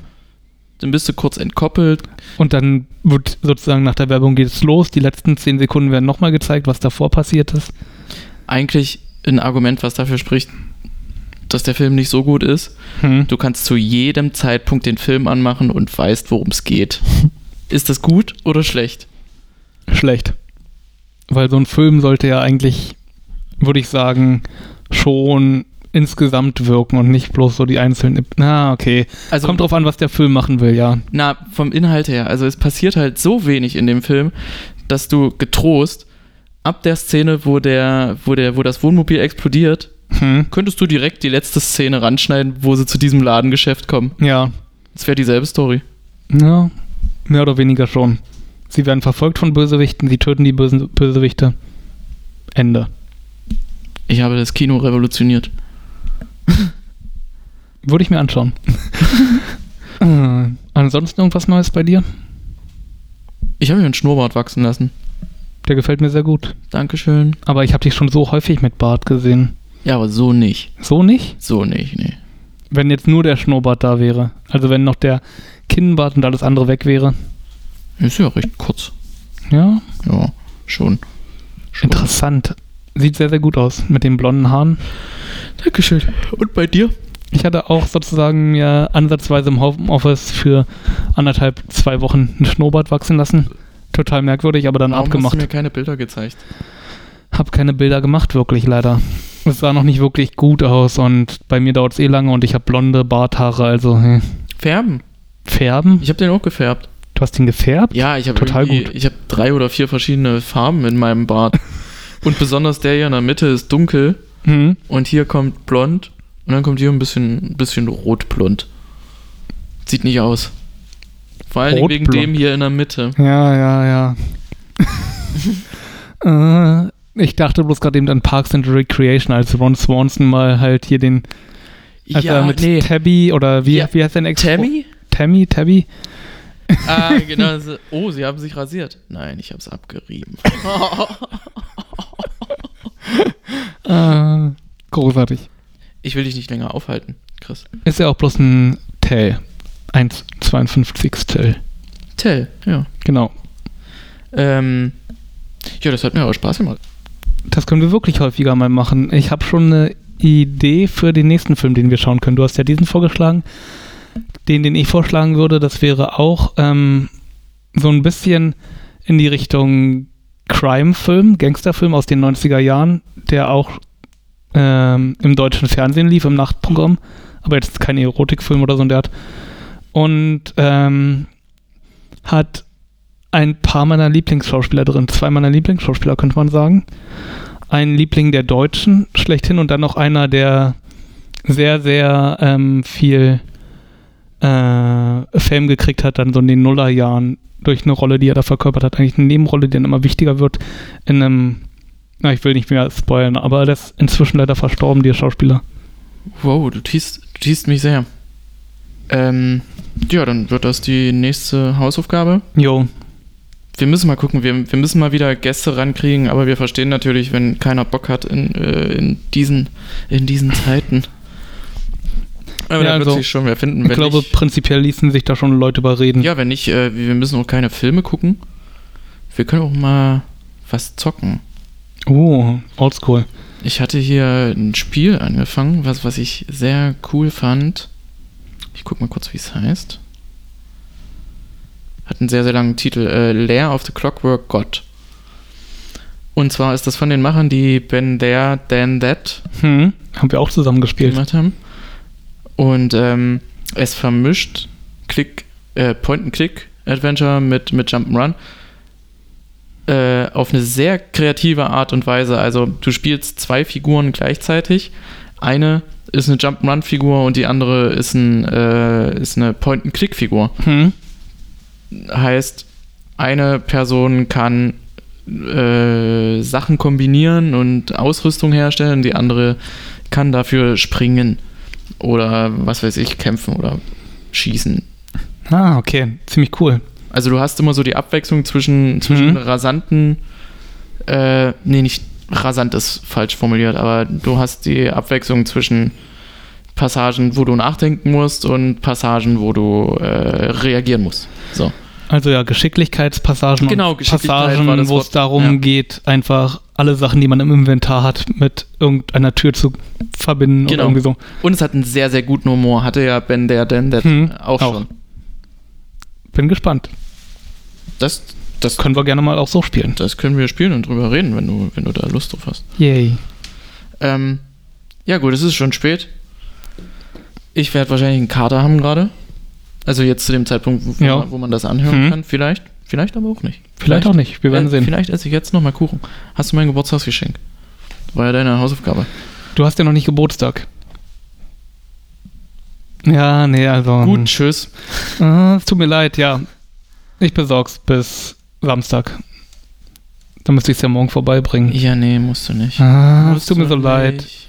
Dann bist du kurz entkoppelt.
Und dann wird sozusagen nach der Werbung geht es los. Die letzten zehn Sekunden werden nochmal gezeigt, was davor passiert ist.
Eigentlich ein Argument, was dafür spricht, dass der Film nicht so gut ist.
Hm.
Du kannst zu jedem Zeitpunkt den Film anmachen und weißt, worum es geht. Ist das gut oder schlecht?
Schlecht. Weil so ein Film sollte ja eigentlich, würde ich sagen, schon insgesamt wirken und nicht bloß so die einzelnen. Na, okay.
Also,
Kommt drauf an, was der Film machen will, ja.
na, vom Inhalt her. Also, es passiert halt so wenig in dem Film, dass du getrost ab der Szene, wo, der, wo, der, wo das Wohnmobil explodiert,
Hm.
könntest du direkt die letzte Szene ranschneiden, wo sie zu diesem Ladengeschäft kommen.
Ja.
Es wäre dieselbe Story.
Ja. Mehr oder weniger schon. Sie werden verfolgt von Bösewichten, sie töten die Bösen Bösewichte. Ende.
Ich habe das Kino revolutioniert.
Würde ich mir anschauen. äh, ansonsten irgendwas Neues bei dir?
Ich habe mir einen Schnurrbart wachsen lassen.
Der gefällt mir sehr gut.
Dankeschön.
Aber ich habe dich schon so häufig mit Bart gesehen.
Ja, aber so nicht.
So nicht?
So nicht, nee.
Wenn jetzt nur der Schnurrbart da wäre. Also wenn noch der Kinnbart und alles andere weg wäre.
Ist ja recht kurz.
Ja,
Ja, schon.
interessant. Sieht sehr, sehr gut aus mit den blonden Haaren.
Dankeschön. Und bei dir?
Ich hatte auch sozusagen mir ansatzweise im Homeoffice für anderthalb, zwei Wochen einen Schnurrbart wachsen lassen. Total merkwürdig, aber dann abgemacht.
hast du mir keine Bilder gezeigt?
Hab keine Bilder gemacht, wirklich leider. Es sah noch nicht wirklich gut aus und bei mir dauert es eh lange und ich habe blonde Barthaare, also hey.
Färben.
Färben?
Ich habe den auch gefärbt.
Du hast ihn gefärbt?
Ja, ich habe
Total
irgendwie-
gut.
Ich habe drei oder vier verschiedene Farben in meinem Bart. und besonders der hier in der Mitte ist dunkel
Mhm.
und hier kommt blond und dann kommt hier ein bisschen, ein bisschen rotblond. Sieht nicht aus. Vor allen Dingen wegen
Rotblond.
dem hier in der Mitte.
Ja, ja, ja. äh, ich dachte bloß gerade eben an Parks and Recreation, als Ron Swanson mal halt hier den, als er mit Tabby oder wie,
Ja,
wie heißt sein Ex?
Tammy?
Tammy, Tabby.
ah, genau. so- Oh, sie haben sich rasiert. Nein, ich habe es abgerieben.
Äh, großartig.
Ich will dich nicht länger aufhalten, Chris.
Ist ja auch bloß ein Tell. 1,52 Tell.
Tell, ja.
Genau.
Ähm, ja, das hat mir aber Spaß gemacht.
Das können wir wirklich häufiger mal machen. Ich habe schon eine Idee für den nächsten Film, den wir schauen können. Du hast ja diesen vorgeschlagen. Den, den ich vorschlagen würde, das wäre auch ähm, so ein bisschen in die Richtung Crime-Film, Gangsterfilm aus den 90er Jahren, der auch ähm, im deutschen Fernsehen lief, im Nachtprogramm. Aber jetzt kein Erotikfilm oder so in der Art. Und ähm, hat ein paar meiner Lieblingsschauspieler drin. Zwei meiner Lieblingsschauspieler, könnte man sagen ein Liebling der Deutschen schlechthin und dann noch einer, der sehr, sehr ähm, viel äh, Fame gekriegt hat, dann so in den Nullerjahren durch eine Rolle, die er da verkörpert hat. Eigentlich eine Nebenrolle, die dann immer wichtiger wird in einem, na, ich will nicht mehr spoilern, aber der ist inzwischen leider verstorben, der Schauspieler.
Wow, du tiest, du tiest mich sehr. Ähm, ja, dann wird das die nächste Hausaufgabe.
Jo,
Wir müssen mal gucken, wir, wir müssen mal wieder Gäste rankriegen, aber wir verstehen natürlich, wenn keiner Bock hat in, äh, in, diesen, in diesen Zeiten. Aber
Ja,
da wird
also,
sich schon wer finden.
ich
Wenn
glaube,
nicht,
prinzipiell ließen sich da schon Leute überreden.
ja, wenn nicht, äh, wir müssen auch keine Filme gucken. Wir können auch mal was zocken.
Oh, oldschool.
Ich hatte hier ein Spiel angefangen, was, was ich sehr cool fand. Ich guck mal kurz, wie es heißt. Hat einen sehr, sehr langen Titel. Äh, Lair of the Clockwork God. Und zwar ist das von den Machern, die Ben There, Then That
Hm, haben wir auch zusammen gespielt.
gemacht haben. Und ähm, es vermischt Click, äh, Point-and-Click-Adventure mit, mit Jump'n'Run äh, auf eine sehr kreative Art und Weise. Also du spielst zwei Figuren gleichzeitig. Eine ist eine Jump'n'Run-Figur und die andere ist, ein, äh, ist eine Point-and-Click-Figur.
Hm.
Heißt, eine Person kann äh, Sachen kombinieren und Ausrüstung herstellen, die andere kann dafür springen oder was weiß ich, kämpfen oder schießen.
Ah, okay. Ziemlich cool.
Also du hast immer so die Abwechslung zwischen, zwischen
Mhm.
rasanten, äh, nee, nicht rasant ist falsch formuliert, aber du hast die Abwechslung zwischen Passagen, wo du nachdenken musst und Passagen, wo du äh, reagieren musst. So.
Also ja, Geschicklichkeitspassagen
Genau,
und
Geschicklichkeit
Passagen,
war das
wo es
Wort,
darum
ja.
geht, einfach alle Sachen, die man im Inventar hat, mit irgendeiner Tür zu verbinden
Genau.
oder irgendwie so.
Und es hat einen sehr, sehr guten Humor. Hatte ja Ben der Denn That
Hm,
auch,
auch.
schon.
Bin gespannt.
Das, das,
Können wir gerne mal auch so spielen.
das können wir spielen und drüber reden, wenn du, wenn du da Lust drauf hast.
Yay.
Ähm, ja, gut, es ist schon spät. Ich werde wahrscheinlich einen Kater haben gerade. Also jetzt zu dem Zeitpunkt, wo,
Ja.
man, wo man das anhören
Hm.
kann. Vielleicht, vielleicht aber auch nicht.
Vielleicht, auch nicht. Wir werden
äh,
sehen.
Vielleicht esse ich jetzt nochmal Kuchen. Hast du mein Geburtstagsgeschenk? War ja deine Hausaufgabe.
Du hast ja noch nicht Geburtstag. Ja, nee, also.
Gut, tschüss.
Äh, es tut mir leid, ja. Ich besorg's bis Samstag. Dann müsste ich es ja morgen vorbeibringen.
Ja, nee, musst du nicht.
Ah, es
Musst
tut mir
du
so leid.
nicht.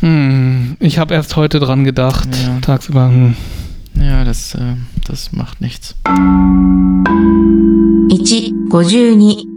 Hm, ich habe erst heute dran gedacht,
Ja.
tagsüber. Hm.
Ja, das, äh, das macht nichts.
1、52